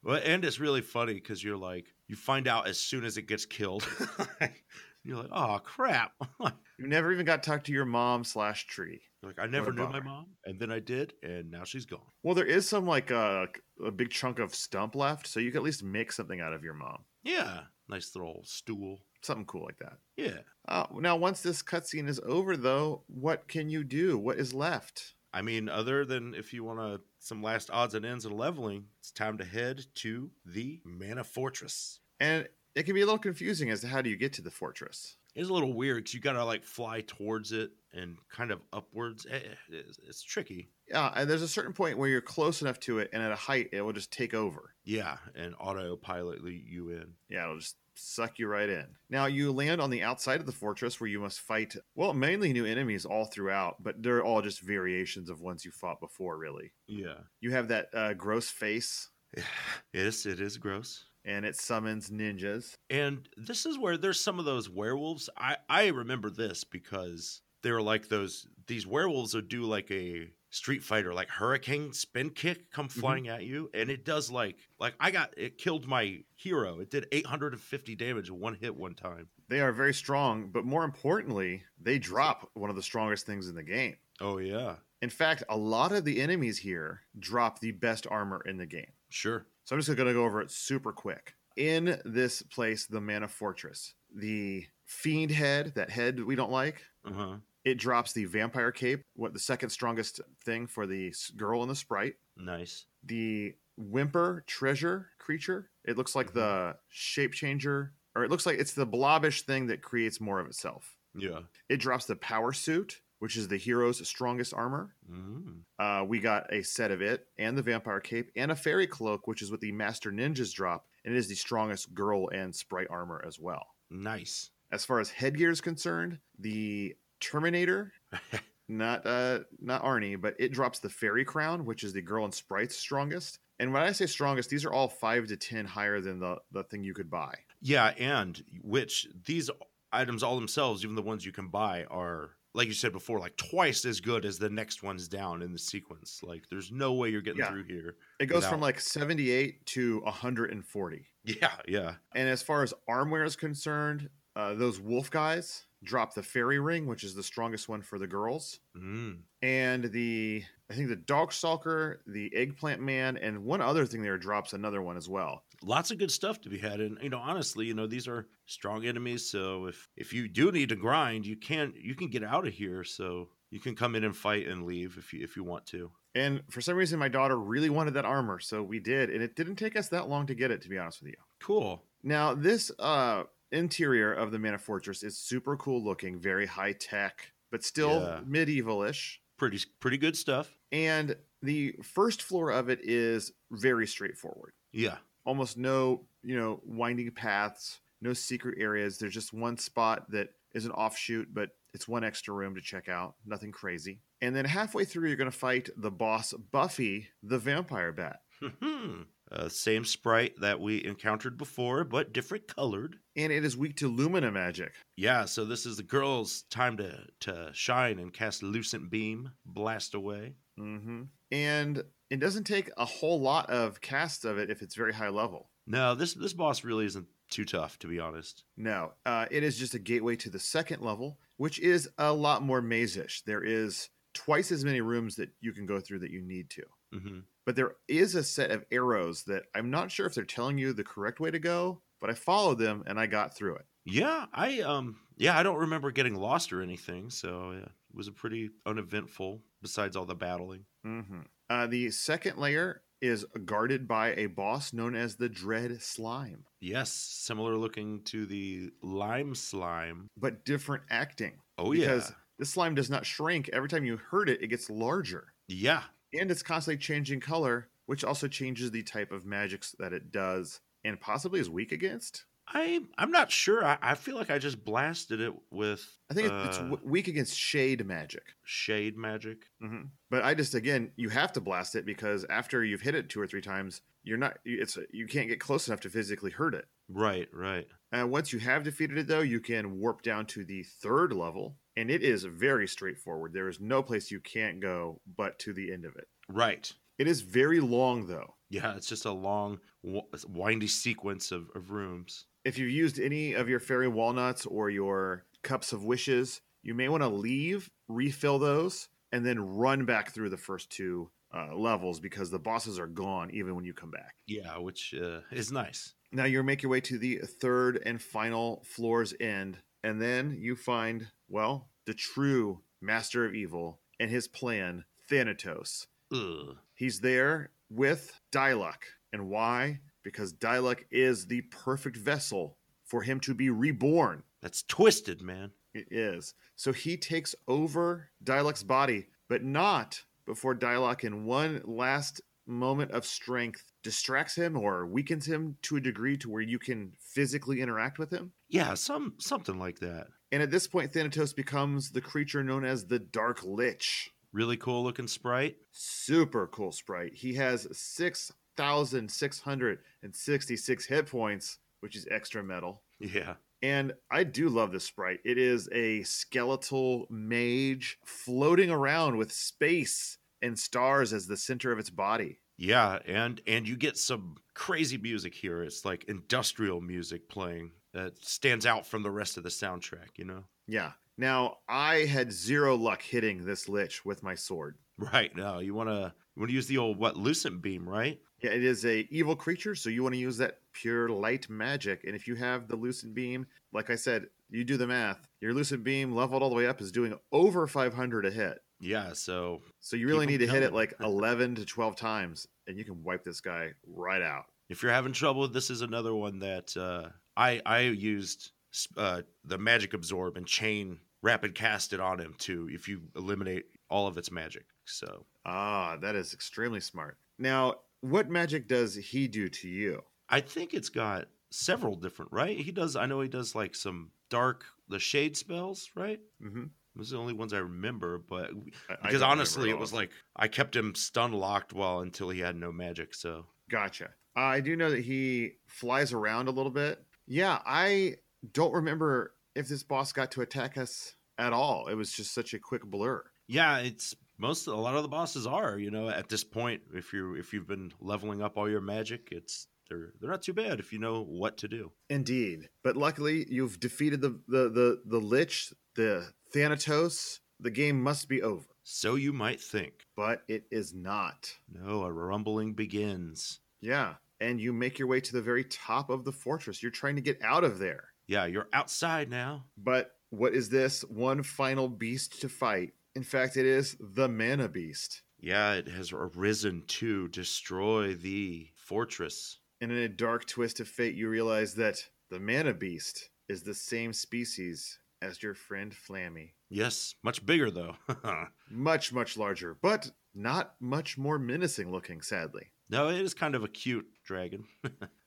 Speaker 2: well, and it's really funny because you're like you find out as soon as it gets killed. you're like, oh crap! you're
Speaker 1: You never even got to talk to your mom slash tree.
Speaker 2: like I never
Speaker 1: a
Speaker 2: knew my
Speaker 1: bummer.
Speaker 2: mom, and then I did, and now she's gone.
Speaker 1: Well, there is some like uh, a big chunk of stump left, so you can at least make something out of your mom,
Speaker 2: Yeah, nice little stool.
Speaker 1: something cool like that.
Speaker 2: Yeah.
Speaker 1: Uh, now, once this cutscene is over, though, what can you do? What is left?
Speaker 2: I mean, other than if you want to some last odds and ends and leveling, it's time to head to the Mana Fortress.
Speaker 1: And it can be a little confusing as to how do you get to the fortress.
Speaker 2: It's a little weird because you gotta like fly towards it and kind of upwards. Eh, eh, It's, it's tricky.
Speaker 1: Yeah, and there's a certain point where you're close enough to it, and at a height, it will just take over.
Speaker 2: Yeah, and autopilot you in.
Speaker 1: Yeah, it'll just suck you right in. Now, you land on the outside of the fortress where you must fight, well, mainly new enemies all throughout, but they're all just variations of ones you fought before, really.
Speaker 2: Yeah,
Speaker 1: You have that uh, gross face
Speaker 2: yes, it is gross.
Speaker 1: and it summons ninjas.
Speaker 2: And this is where there's some of those werewolves. I I remember this because they were like those. These werewolves would do like a Street Fighter, like hurricane spin kick, come flying at you, and it does like like I got it killed my hero. It did 850 damage in one hit one time.
Speaker 1: They are very strong, but more importantly, they drop one of the strongest things in the game.
Speaker 2: Oh yeah.
Speaker 1: In fact, a lot of the enemies here drop the best armor in the game.
Speaker 2: Sure.
Speaker 1: So I'm just going to go over it super quick. In this place, the Mana Fortress, the Fiend head, that head we don't like,
Speaker 2: Uh huh.
Speaker 1: it drops the Vampire Cape, what the second strongest thing for the s- girl in the sprite.
Speaker 2: Nice.
Speaker 1: The Whimper treasure creature, it looks like the shape changer, or it looks like it's the blobbish thing that creates more of itself.
Speaker 2: Yeah.
Speaker 1: It drops the Power Suit, which is the hero's strongest armor.
Speaker 2: Mm.
Speaker 1: Uh, we got a set of it and the vampire cape and a fairy cloak, which is what the master ninjas drop, and it is the strongest girl and sprite armor as well.
Speaker 2: Nice.
Speaker 1: As far as headgear is concerned, the Terminator, not uh, not Arnie, but it drops the fairy crown, which is the girl and sprite's strongest. And when I say strongest, these are all five to ten higher than the the thing you could buy.
Speaker 2: Yeah, and which these items all themselves, even the ones you can buy, are like you said before, like twice as good as the next ones down in the sequence. Like, there's no way you're getting
Speaker 1: Yeah.
Speaker 2: through here.
Speaker 1: It goes from
Speaker 2: Without-
Speaker 1: like seventy eight to one hundred and forty.
Speaker 2: Yeah, yeah.
Speaker 1: And as far as armware is concerned, uh, those wolf guys drop the fairy ring, which is the strongest one for the girls.
Speaker 2: Mm.
Speaker 1: And the, I think the dog stalker, the eggplant man, and one other thing there drops another one as well.
Speaker 2: Lots of good stuff to be had, and you know, honestly, you know, these are strong enemies. So if if you do need to grind, you can you can get out of here. So you can come in and fight and leave if you if you want to.
Speaker 1: And for some reason, my daughter really wanted that armor, so we did. And it didn't take us that long to get it, to be honest with you.
Speaker 2: Cool.
Speaker 1: Now, this uh, interior of the Mana Fortress is super cool looking, very high tech, but still
Speaker 2: Yeah.
Speaker 1: medieval ish.
Speaker 2: Pretty pretty good stuff.
Speaker 1: And the first floor of it is very straightforward.
Speaker 2: Yeah.
Speaker 1: almost no you know winding paths no secret areas there's just one spot that is an offshoot but it's one extra room to check out nothing crazy and then halfway through you're going to fight the boss buffy the vampire bat
Speaker 2: uh, same sprite that we encountered before, but different colored.
Speaker 1: and it is weak to lumina magic
Speaker 2: Yeah, so this is the girl's time to to shine and cast lucent beam, blast away.
Speaker 1: hmm and it doesn't take a whole lot of casts of it if it's very high level
Speaker 2: No, this this boss really isn't too tough, to be honest.
Speaker 1: no uh, it is just a gateway to the second level which is a lot more maze-ish there is twice as many rooms that you can go through that you need to
Speaker 2: hmm
Speaker 1: but there is a set of arrows that I'm not sure if they're telling you the correct way to go, but I followed them and I got through it.
Speaker 2: Yeah, I um, yeah, I don't remember getting lost or anything, so yeah, it was a pretty uneventful. Besides all the battling.
Speaker 1: Mm-hmm. Uh, the second layer is guarded by a boss known as the Dread Slime,
Speaker 2: Yes, similar looking to the lime slime.
Speaker 1: but different acting.
Speaker 2: Oh
Speaker 1: Because this slime does not shrink. Every time you hurt it, it gets larger.
Speaker 2: yeah, yeah.
Speaker 1: And it's constantly changing color, which also changes the type of magics that it does and possibly is weak against.
Speaker 2: I I'm not sure. I, I feel like I just blasted it with
Speaker 1: I think it's it's
Speaker 2: Uh.
Speaker 1: w- weak against shade magic.
Speaker 2: shade magic.
Speaker 1: hmm But I just again, you have to blast it because after you've hit it two or three times, you're not. you- It's you can't get close enough to physically hurt it.
Speaker 2: Right, right.
Speaker 1: And once you have defeated it, though, you can warp down to the third level, and it is very straightforward. There is no place you can't go but to the end of it.
Speaker 2: Right.
Speaker 1: It is very long though.
Speaker 2: Yeah, it's just a long, w- windy sequence of, of rooms.
Speaker 1: If you've used any of your fairy walnuts or your cups of wishes, you may want to leave, refill those, and then run back through the first two uh, levels because the bosses are gone even when you come back.
Speaker 2: Yeah, which uh, is nice.
Speaker 1: Now you make your way to the third and final floor's end, and then you find, well, the true master of evil and his plan, Thanatos.
Speaker 2: Ugh.
Speaker 1: He's there with Diluc. And why? Because Diluc is the perfect vessel for him to be reborn.
Speaker 2: That's twisted, man.
Speaker 1: It is. So he takes over Diluc's body, but not before Diluc, in one last moment of strength, distracts him or weakens him to a degree to where you can physically interact with him.
Speaker 2: Yeah, some something like that.
Speaker 1: And at this point, Thanatos becomes the creature known as the Dark Lich.
Speaker 2: Really cool looking sprite.
Speaker 1: Super cool sprite. He has 6,666 hit points, which is extra metal.
Speaker 2: Yeah.
Speaker 1: And I do love this sprite. It is a skeletal mage floating around with space and stars as the center of its body.
Speaker 2: Yeah, and and you get some crazy music here. It's like industrial music playing that stands out from the rest of the soundtrack, you know.
Speaker 1: Yeah. Now, I had zero luck hitting this lich with my sword.
Speaker 2: Right. No, you want to you want to use the old what lucent beam, right?
Speaker 1: Yeah, it is a evil creature, so you want to use that pure light magic. And if you have the lucid beam, like I said, you do the math. Your lucid beam leveled all the way up is doing over 500 a hit.
Speaker 2: Yeah. So
Speaker 1: So you really
Speaker 2: Keep 'em
Speaker 1: need to hit it
Speaker 2: coming.
Speaker 1: like 11 to 12 times, and you can wipe this guy right out.
Speaker 2: if you're having trouble, this is another one that uh, I I used uh, the magic absorb and chain rapid cast it on him too. If you eliminate all of its magic, so
Speaker 1: Ah, that is extremely smart. Now, what magic does he do to you?
Speaker 2: I think it's got several different. Right? He does. I know he does like some dark the shade spells. Right?
Speaker 1: Mm-hmm.
Speaker 2: Those are the only ones I remember. But because honestly, it was like I kept him stun locked well until he had no magic. So
Speaker 1: Gotcha. Uh, I do know that he flies around a little bit. Yeah, I don't remember if this boss got to attack us at all. It was just such a quick blur.
Speaker 2: yeah, it's most a lot of the bosses are you know at this point if you if you've been leveling up all your magic, it's they're they're not too bad if you know what to do.
Speaker 1: Indeed. But luckily, you've defeated the the the, the lich, the Thanatos. The game must be over,
Speaker 2: So you might think,
Speaker 1: but it is not.
Speaker 2: no, a rumbling begins.
Speaker 1: Yeah, and you make your way to the very top of the fortress. You're trying to get out of there.
Speaker 2: Yeah, you're outside now.
Speaker 1: But what is this one final beast to fight? In fact, it is the mana beast.
Speaker 2: Yeah, it has arisen to destroy the fortress.
Speaker 1: And in a dark twist of fate, you realize that the mana beast is the same species as your friend Flammy.
Speaker 2: Yes, much bigger though.
Speaker 1: Much, much larger, but not much more menacing looking, sadly.
Speaker 2: no, it is kind of a cute dragon.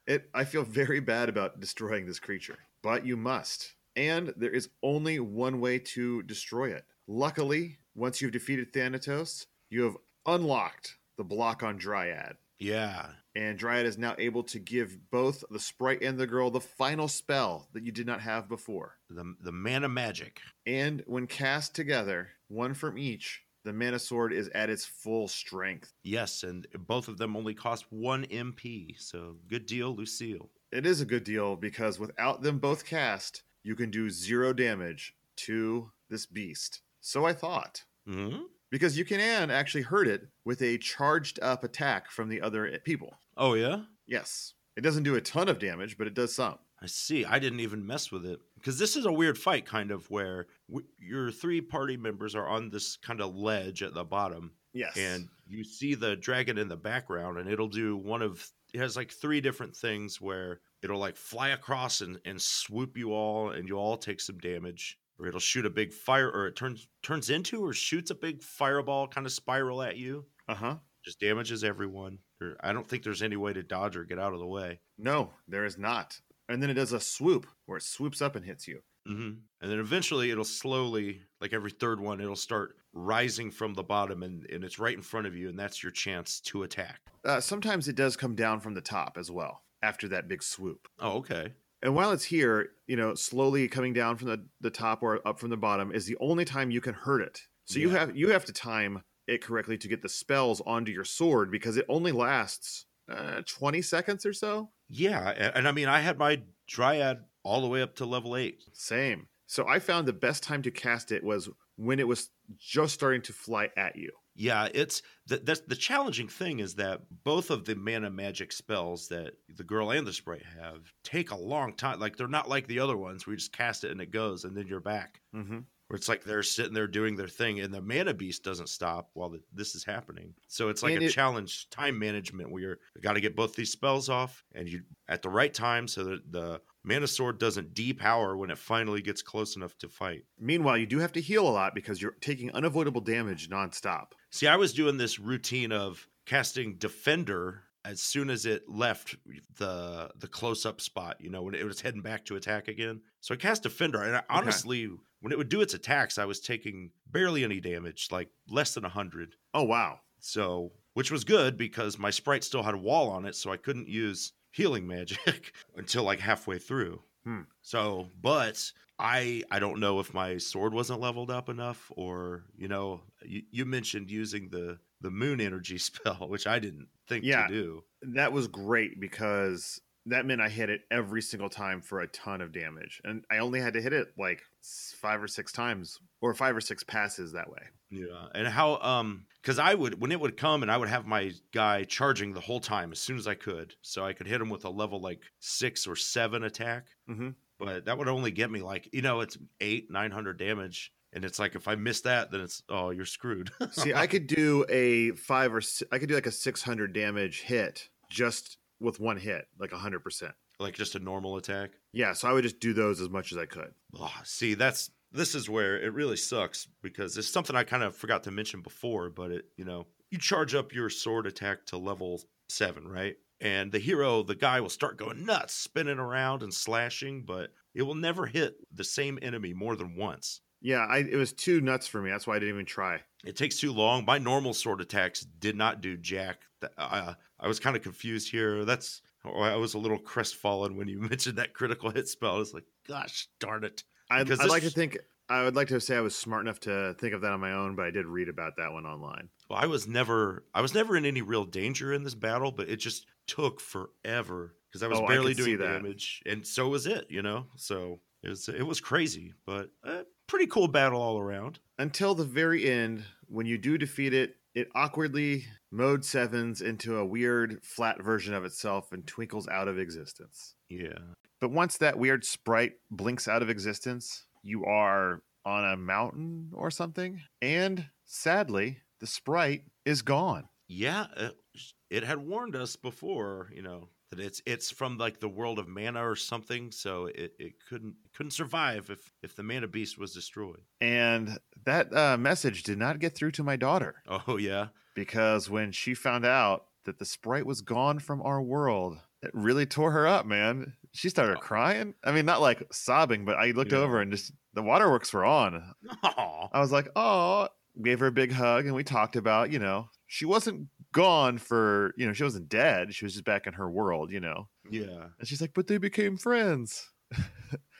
Speaker 1: It, I feel very bad about destroying this creature, but you must. And there is only one way to destroy it. Luckily, once you've defeated Thanatos, you have unlocked the block on Dryad.
Speaker 2: yeah,
Speaker 1: And Dryad is now able to give both the sprite and the girl the final spell that you did not have before.
Speaker 2: the the man of magic.
Speaker 1: And when cast together, one from each, the mana sword is at its full strength.
Speaker 2: Yes, and both of them only cost one MP. So good deal, Lucille.
Speaker 1: It is a good deal because without them both cast, you can do zero damage to this beast. So I thought.
Speaker 2: hmm
Speaker 1: Because you can actually hurt it with a charged up attack from the other people.
Speaker 2: Oh yeah,
Speaker 1: Yes. It doesn't do a ton of damage, but it does some.
Speaker 2: I see. I didn't even mess with it because this is a weird fight, kind of where w- your three party members are on this kind of ledge at the bottom,
Speaker 1: Yes.
Speaker 2: and you see the dragon in the background, and it'll do one of it has like three different things where it'll like fly across and, and swoop you all, and you all take some damage. Or it'll shoot a big fire, or it turns turns into, or shoots a big fireball kind of spiral at you.
Speaker 1: uh huh.
Speaker 2: just damages everyone. There- I don't think there's any way to dodge or get out of the way.
Speaker 1: No, there is not. And then it does a swoop where it swoops up and hits you.
Speaker 2: Mm-hmm. And then eventually it'll slowly, like every third one, it'll start rising from the bottom and, and it's right in front of you. And that's your chance to attack.
Speaker 1: Uh, sometimes it does come down from the top as well after that big swoop.
Speaker 2: Oh, okay.
Speaker 1: And while it's here, you know, slowly coming down from the, the top or up from the bottom is the only time you can hurt it. So you
Speaker 2: Yeah.
Speaker 1: have you have to time it correctly to get the spells onto your sword because it only lasts uh, 20 seconds or so.
Speaker 2: Yeah. a- And, I mean, I had my dryad all the way up to level eight.
Speaker 1: Same. So I found the best time to cast it was when it was just starting to fly at you.
Speaker 2: Yeah, it's the, that's the challenging thing is that both of the mana magic spells that the girl and the sprite have take a long time. Like they're not like the other ones where you just cast it and it goes and then you're back.
Speaker 1: Mm-hmm.
Speaker 2: where it's like they're sitting there doing their thing and the mana beast doesn't stop while the, this is happening so it's like
Speaker 1: And
Speaker 2: a
Speaker 1: it-
Speaker 2: challenge time management where you're got to get both these spells off and you at the right time so that the mana sword doesn't depower when it finally gets close enough to fight
Speaker 1: Meanwhile, you do have to heal a lot because you're taking unavoidable damage nonstop.
Speaker 2: see i was doing this routine of casting defender as soon as it left the the close up spot you know when it was heading back to attack again so i cast defender and I, honestly when it would do its attacks i was taking barely any damage like less than 100
Speaker 1: Oh wow.
Speaker 2: So, which was good because my sprite still had a wall on it, so I couldn't use healing magic until like halfway through.
Speaker 1: Hmm.
Speaker 2: So, but I I don't know if my sword wasn't leveled up enough, or you know, you, you mentioned using the the moon energy spell, which I didn't think
Speaker 1: Yeah.
Speaker 2: to do.
Speaker 1: That was great because that meant I hit it every single time for a ton of damage. And I only had to hit it like s- five or six times or five or six passes that way.
Speaker 2: Yeah. And how um cuz I would when it would come and I would have my guy charging the whole time as soon as I could. So I could hit him with a level like 6 or 7 attack.
Speaker 1: Mhm.
Speaker 2: But that would only get me like, you know, it's 8 900 damage and it's like if I miss that then it's oh, you're screwed.
Speaker 1: See, I could do a five or si- I could do like a 600 damage hit just with one hit, like 100%.
Speaker 2: like just a normal attack.
Speaker 1: Yeah, so I would just do those as much as I could.
Speaker 2: Ah, see, that's this is where it really sucks because it's something I kind of forgot to mention before, but it, you know, you charge up your sword attack to level seven, right? And the hero, the guy will start going nuts, spinning around and slashing, but it will never hit the same enemy more than once.
Speaker 1: Yeah, I, it was too nuts for me. That's why I didn't even try.
Speaker 2: It takes too long. My normal sword attacks did not do jack. Th- Uh, I was kind of confused here. That's oh, I was a little crestfallen when you mentioned that critical hit spell. I was like, gosh darn it.
Speaker 1: I, I'd
Speaker 2: Because
Speaker 1: like to
Speaker 2: this-
Speaker 1: think I would like to say I was smart enough to think of that on my own, but I did read about that one online.
Speaker 2: Well, I was never I was never in any real danger in this battle, but it just took forever because I was
Speaker 1: Oh, I
Speaker 2: barely
Speaker 1: could see
Speaker 2: doing
Speaker 1: that.
Speaker 2: damage, and so was it. You know, so it was it was crazy, but uh, pretty cool battle all around.
Speaker 1: Until the very end, when you do defeat it, it awkwardly mode sevens into a weird flat version of itself and twinkles out of existence.
Speaker 2: Yeah,
Speaker 1: But once that weird sprite blinks out of existence, you are on a mountain or something, and sadly, the sprite is gone.
Speaker 2: yeah. It, it had warned us before, you know, that it's it's from like the world of mana or something, so it, it couldn't couldn't survive if if the mana beast was destroyed.
Speaker 1: And that uh, message did not get through to my daughter.
Speaker 2: Oh yeah,
Speaker 1: because when she found out that the sprite was gone from our world, it really tore her up, man. She started
Speaker 2: Oh.
Speaker 1: crying. I mean, not like sobbing, but I looked
Speaker 2: Yeah.
Speaker 1: over and just the waterworks were on.
Speaker 2: Aw.
Speaker 1: I was like, oh, gave her a big hug and we talked about, you know, she wasn't gone for, you know, she wasn't dead. She was just back in her world, you know.
Speaker 2: yeah.
Speaker 1: And she's like, but they became friends.
Speaker 2: It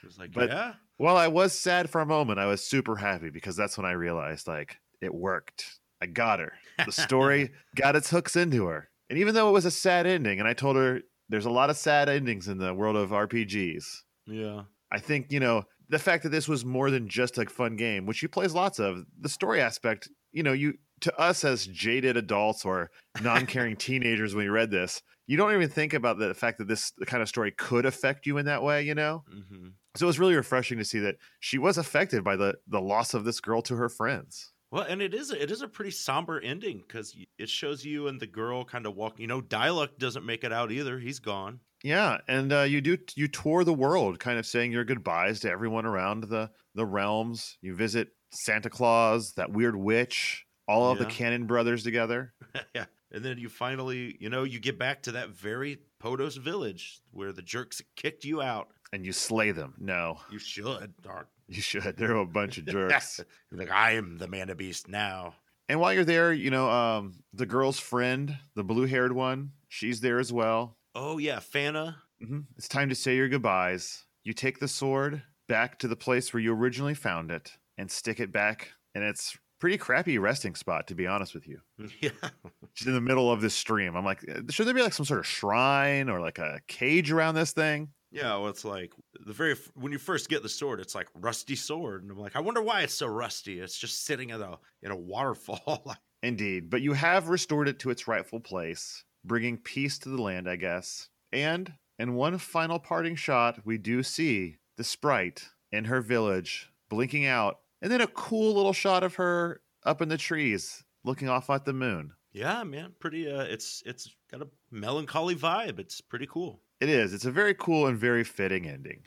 Speaker 2: was like
Speaker 1: But-
Speaker 2: yeah,
Speaker 1: While I was sad for a moment, I was super happy because that's when I realized like it worked. I got her. The story got its hooks into her. And even though it was a sad ending, and I told her there's a lot of sad endings in the world of RPGs,
Speaker 2: yeah.
Speaker 1: I think, you know, the fact that this was more than just a fun game, which she plays lots of, the story aspect, you know, you to us as jaded adults or non-caring teenagers when you read this, you don't even think about the fact that this kind of story could affect you in that way, you know?
Speaker 2: hmm
Speaker 1: So it was really refreshing to see that she was affected by the the loss of this girl to her friends.
Speaker 2: Well, and it is it is a pretty somber ending because it shows you and the girl kind of walking. You know, Dialect doesn't make it out either; he's gone.
Speaker 1: Yeah, and uh, you do you tour the world, kind of saying your goodbyes to everyone around the the realms. You visit Santa Claus, that weird witch, all of the
Speaker 2: Yeah.
Speaker 1: Cannon brothers together.
Speaker 2: yeah, and then you finally, you know, you get back to that very Podos village where the jerks kicked you out.
Speaker 1: And you slay them. No,
Speaker 2: You should, dark
Speaker 1: you should. They're a bunch of jerks.
Speaker 2: like I am the man of beast now.
Speaker 1: and while you're there, you know um, the girl's friend, the blue haired one, she's there as well.
Speaker 2: Oh yeah, Fana.
Speaker 1: Mhm. It's time to say your goodbyes. You take the sword back to the place where you originally found it and stick it back in its pretty crappy resting spot, to be honest with you.
Speaker 2: Yeah,
Speaker 1: It's in the middle of this stream. I'm like, should there be like some sort of shrine or like a cage around this thing?
Speaker 2: yeah. Well, it's like the very f- when you first get the sword, it's like rusty sword, and I'm like, I wonder why it's so rusty. It's just sitting in a in a waterfall.
Speaker 1: Indeed, but you have restored it to its rightful place, bringing peace to the land, I guess. And in one final parting shot, we do see the sprite in her village blinking out, and then a cool little shot of her up in the trees looking off at the moon.
Speaker 2: Yeah, man, pretty. Uh, it's it's got a melancholy vibe. It's pretty cool.
Speaker 1: It is. It's a very cool and very fitting ending.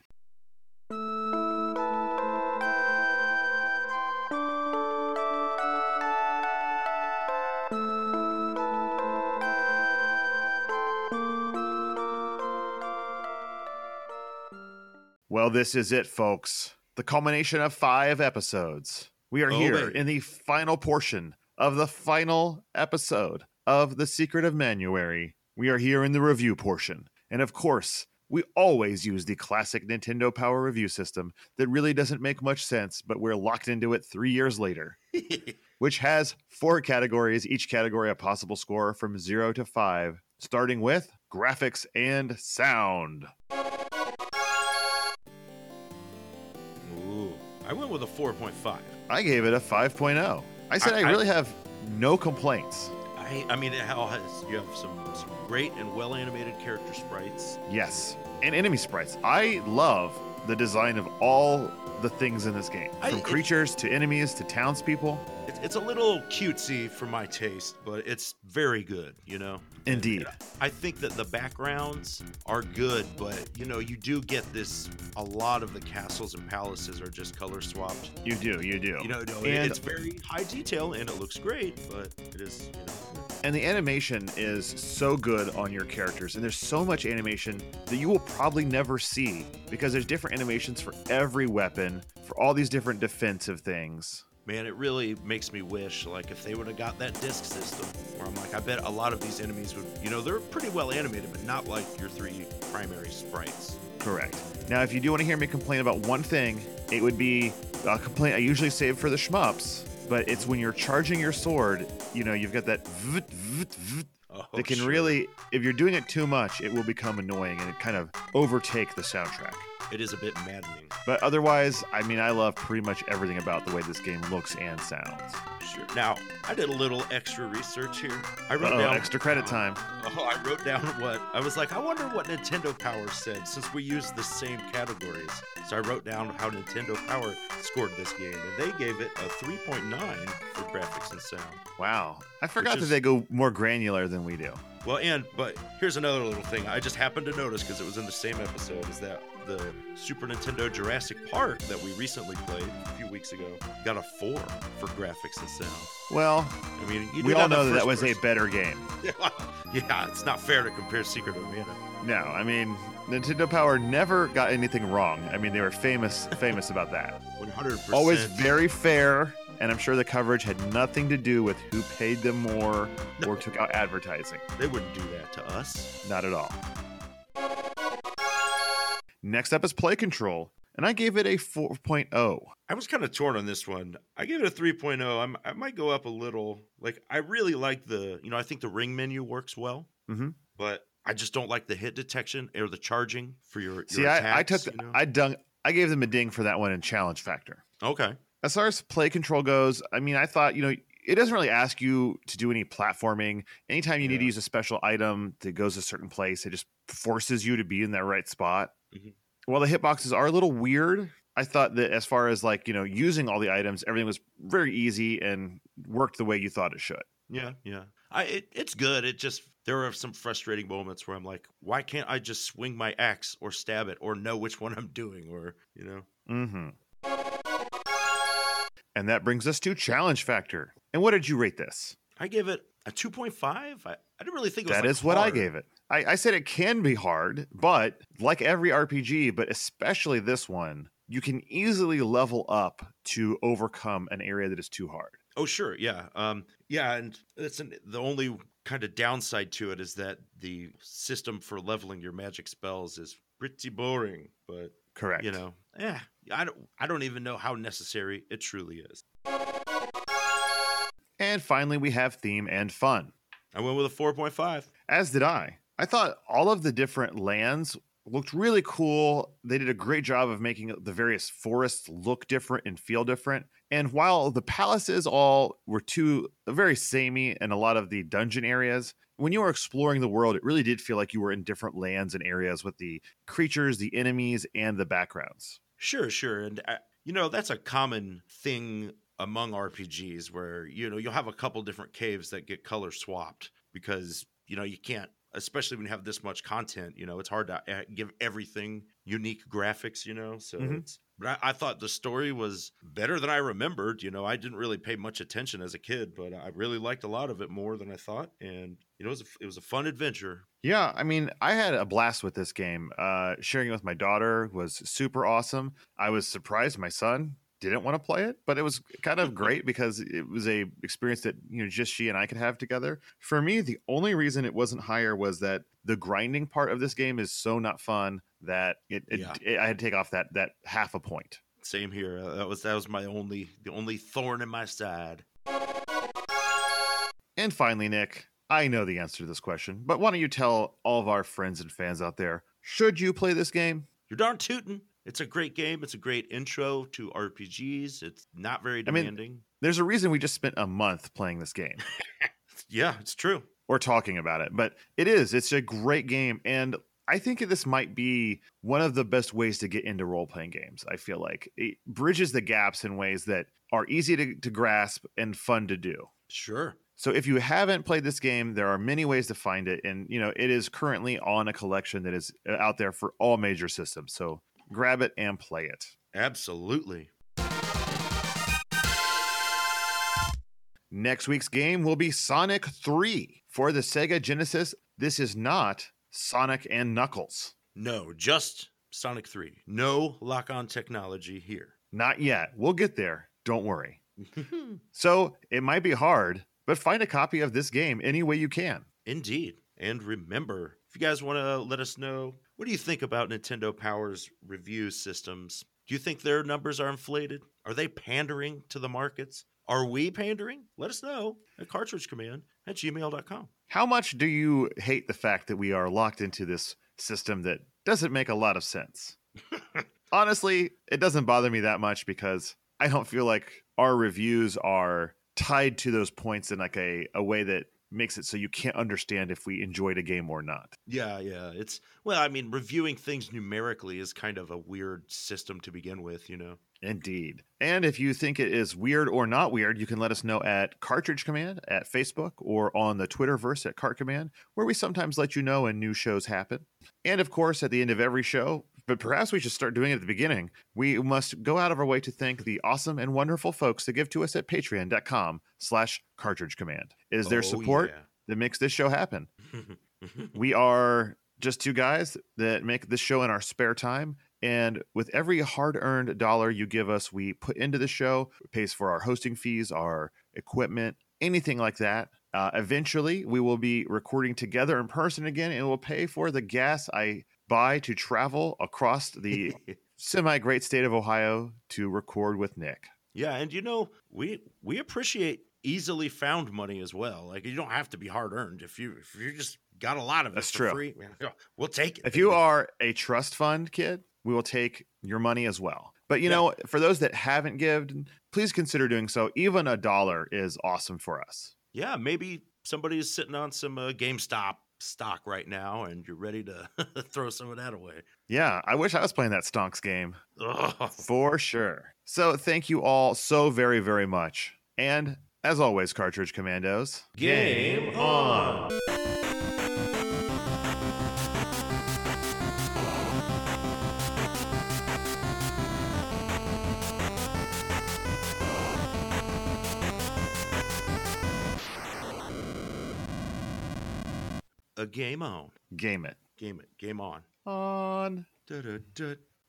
Speaker 1: Well, this is it, folks. The culmination of five episodes. We are
Speaker 2: Oh,
Speaker 1: here
Speaker 2: baby.
Speaker 1: in the final portion of the final episode of The Secret of Manuary. We are here in the review portion. And of course, we always use the classic Nintendo Power Review system that really doesn't make much sense, but we're locked into it three years later which has four categories, each category a possible score from zero to five, starting with graphics, and sound.
Speaker 2: Ooh, I went with a 4.5.
Speaker 1: I gave it a 5.0. I said I,
Speaker 2: I- I-
Speaker 1: really have no complaints.
Speaker 2: I, I mean, it all has you have some, some great and well animated character sprites.
Speaker 1: Yes. And enemy sprites. I love the design of all the things in this game
Speaker 2: I-
Speaker 1: from
Speaker 2: it-
Speaker 1: creatures to enemies to townspeople.
Speaker 2: It's, it's a little cutesy for my taste, but it's very good, you know?
Speaker 1: Indeed.
Speaker 2: I think that the backgrounds are good, but you know, you do get this a lot of the castles and palaces are just color swapped.
Speaker 1: You do, you do.
Speaker 2: You know, Oh, no,
Speaker 1: And-
Speaker 2: it's very high detail and it looks great, but it is, you know,
Speaker 1: And the animation is so good on your characters, and there's so much animation that you will probably never see because there's different animations for every weapon, for all these different defensive things.
Speaker 2: man, it really makes me wish like if they would have got that disc system where I'm like, I bet a lot of these enemies would, you know, they're pretty well animated, but not like your three primary sprites.
Speaker 1: Correct. Now, if you do want to hear me complain about one thing, it would be a complaint I usually save for the shmups, but it's when you're charging your sword, you know, you've got that vvt, vvt, vvt
Speaker 2: Oh,
Speaker 1: that can
Speaker 2: sure.
Speaker 1: really, if you're doing it too much, it will become annoying and it kind of overtake the soundtrack.
Speaker 2: it is a bit maddening.
Speaker 1: But otherwise, I mean, I love pretty much everything about the way this game looks and sounds.
Speaker 2: Sure. Now, I did a little extra research here. I wrote
Speaker 1: Uh-oh,
Speaker 2: down
Speaker 1: extra credit time.
Speaker 2: Oh, I wrote down what I was like. I wonder what Nintendo Power said since we used the same categories. So I wrote down how Nintendo Power scored this game, and they gave it a 3.9 for graphics and sound.
Speaker 1: Wow. I forgot
Speaker 2: Which is-
Speaker 1: that they go more granular than we do.
Speaker 2: Well, and but here's another little thing I just happened to notice because it was in the same episode is that the Super Nintendo Jurassic Park that we recently played a few weeks ago got a four for graphics and sound.
Speaker 1: Well,
Speaker 2: I mean, you
Speaker 1: we
Speaker 2: do
Speaker 1: all
Speaker 2: have
Speaker 1: know that that was
Speaker 2: first
Speaker 1: a better game.
Speaker 2: person- yeah, it's not fair to compare Secret of Mana.
Speaker 1: No, I mean, Nintendo Power never got anything wrong. I mean, they were famous famous about that.
Speaker 2: 100%.
Speaker 1: Always very fair, and I'm sure the coverage had nothing to do with who paid them more or took out advertising.
Speaker 2: They wouldn't do that to us.
Speaker 1: Not at all. Next up is Play Control, and I gave it a oh. 4.0.
Speaker 2: I was kind of torn on this one. I gave it a 3.0. I'm, I might go up a little. Like, I really like the, you know, I think the ring menu works well,
Speaker 1: Mhm.
Speaker 2: but I just don't like the hit detection or the charging for your. your
Speaker 1: See, I, I took
Speaker 2: attacks,
Speaker 1: the,
Speaker 2: you know?
Speaker 1: I dung I gave them a ding for that one in challenge factor.
Speaker 2: okay.
Speaker 1: As far as play control goes, I mean, I thought, you know, it doesn't really ask you to do any platforming. Anytime you need to
Speaker 2: Yeah.
Speaker 1: use a special item that goes a certain place, it just forces you to be in that right spot.
Speaker 2: Mhm.
Speaker 1: While the hitboxes are a little weird, I thought that as far as like, you know, using all the items, everything was very easy and worked the way you thought it should.
Speaker 2: Yeah. Yeah. I, it, it's good. It just, there are some frustrating moments where I'm like, why can't I just swing my axe or stab it or know which one I'm doing or, you know?
Speaker 1: Mm-hmm. And that brings us to challenge factor. And what did you rate this?
Speaker 2: I gave it a 2.5. I, I didn't really think it was
Speaker 1: That
Speaker 2: like,
Speaker 1: is what I
Speaker 2: hard.
Speaker 1: gave it. I, I said it can be hard, but like every RPG, but especially this one, you can easily level up to overcome an area that is too hard.
Speaker 2: Oh sure, yeah, um, yeah, and that's an, the only kind of downside to it is that the system for leveling your magic spells is pretty boring. But
Speaker 1: Correct.
Speaker 2: you know, yeah, I don't, I don't even know how necessary it truly is.
Speaker 1: And finally, we have theme and fun.
Speaker 2: I went with a four point five.
Speaker 1: As did I. I thought all of the different lands looked really cool. They did a great job of making the various forests look different and feel different. And while the palaces all were too very samey and a lot of the dungeon areas, when you were exploring the world, it really did feel like you were in different lands and areas with the creatures, the enemies, and the backgrounds.
Speaker 2: Sure, sure, and I, you know that's a common thing among RPGs where you know you'll have a couple different caves that get color swapped because you know you can't, especially when you have this much content. You know it's hard to uh, give everything unique graphics. You know, so
Speaker 1: Mhm.
Speaker 2: it's. But I, I thought the story was better than I remembered. You know, I didn't really pay much attention as a kid, but I really liked a lot of it more than I thought. And you know, it was a, it was a fun adventure.
Speaker 1: Yeah, I mean, I had a blast with this game. Uh, sharing it with my daughter was super awesome. I was surprised my son didn't want to play it, but it was kind of great because it was a experience that you know just she and I could have together. For me, the only reason it wasn't higher was that the grinding part of this game is so not fun that it, it,
Speaker 2: Yeah.
Speaker 1: it I had to take off that that half a point.
Speaker 2: Same here. Uh, that was that was my only the only thorn in my side.
Speaker 1: And finally, Nick, I know the answer to this question, but why don't you tell all of our friends and fans out there should you play this game?
Speaker 2: You're darn tootin'. It's a great game. It's a great intro to RPGs. It's not very
Speaker 1: I mean-
Speaker 2: demanding.
Speaker 1: There's a reason we just spent a month playing this game
Speaker 2: yeah, it's true.
Speaker 1: or talking about it, but it is. It's a great game. And I think this might be one of the best ways to get into role playing games. I feel like it bridges the gaps in ways that are easy to, to grasp and fun to do.
Speaker 2: Sure.
Speaker 1: So if you haven't played this game, there are many ways to find it, and you know it is currently on a collection that is uh, out there for all major systems. So grab it and play it.
Speaker 2: Absolutely.
Speaker 1: Next week's game will be Sonic 3 for the Sega Genesis. This is not Sonic and Knuckles.
Speaker 2: No, just Sonic 3. No lock on technology here.
Speaker 1: Not yet. We'll get there. Don't worry. So it might be hard, but find a copy of this game any way you can.
Speaker 2: Indeed. And remember, if you guys want to let us know, what do you think about Nintendo Power's review systems? Do you think their numbers are inflated? Are they pandering to the markets? Are we pandering? Let us know at cartridgecommand at gmail.com.
Speaker 1: How much do you hate the fact that we are locked into this system that doesn't make a lot of sense? Honestly, it doesn't bother me that much because I don't feel like our reviews are tied to those points in like a, a way that makes it so you can't understand if we enjoyed a game or not.
Speaker 2: Yeah, yeah. It's, well, I mean, reviewing things numerically is kind of a weird system to begin with, you know?
Speaker 1: Indeed. And if you think it is weird or not weird, you can let us know at Cartridge Command at Facebook or on the Twitterverse at Cart Command, where we sometimes let you know when new shows happen. And of course, at the end of every show, but perhaps we should start doing it at the beginning. We must go out of our way to thank the awesome and wonderful folks that give to us at patreon.com slash cartridge command. It is their
Speaker 2: Oh,
Speaker 1: support that makes this show happen.
Speaker 2: yeah.
Speaker 1: We are just two guys that make this show in our spare time. And with every hard earned dollar you give us, we put into the show, it pays for our hosting fees, our equipment, anything like that. Uh, eventually, we will be recording together in person again and will pay for the gas I buy to travel across the semi great state of Ohio to record with Nick.
Speaker 2: Yeah, and you know, we we appreciate easily found money as well. Like you don't have to be hard earned if you if you just got a lot of it
Speaker 1: That's
Speaker 2: for
Speaker 1: true.
Speaker 2: free. yeah, We'll take it.
Speaker 1: If you are a trust fund kid, we will take your money as well. But you
Speaker 2: Yeah.
Speaker 1: know, for those that haven't given, please consider doing so. Even a dollar is awesome for us.
Speaker 2: yeah, maybe somebody is sitting on some uh, GameStop stock right now, and you're ready to throw some of that away.
Speaker 1: Yeah, I wish I was playing that Stonks game
Speaker 2: Ugh.
Speaker 1: for sure. So thank you all so very, very much. And as always, Cartridge Commandos.
Speaker 2: Game on. A game on.
Speaker 1: Game it.
Speaker 2: Game it. Game on.
Speaker 1: On.
Speaker 2: Da-da-da-da.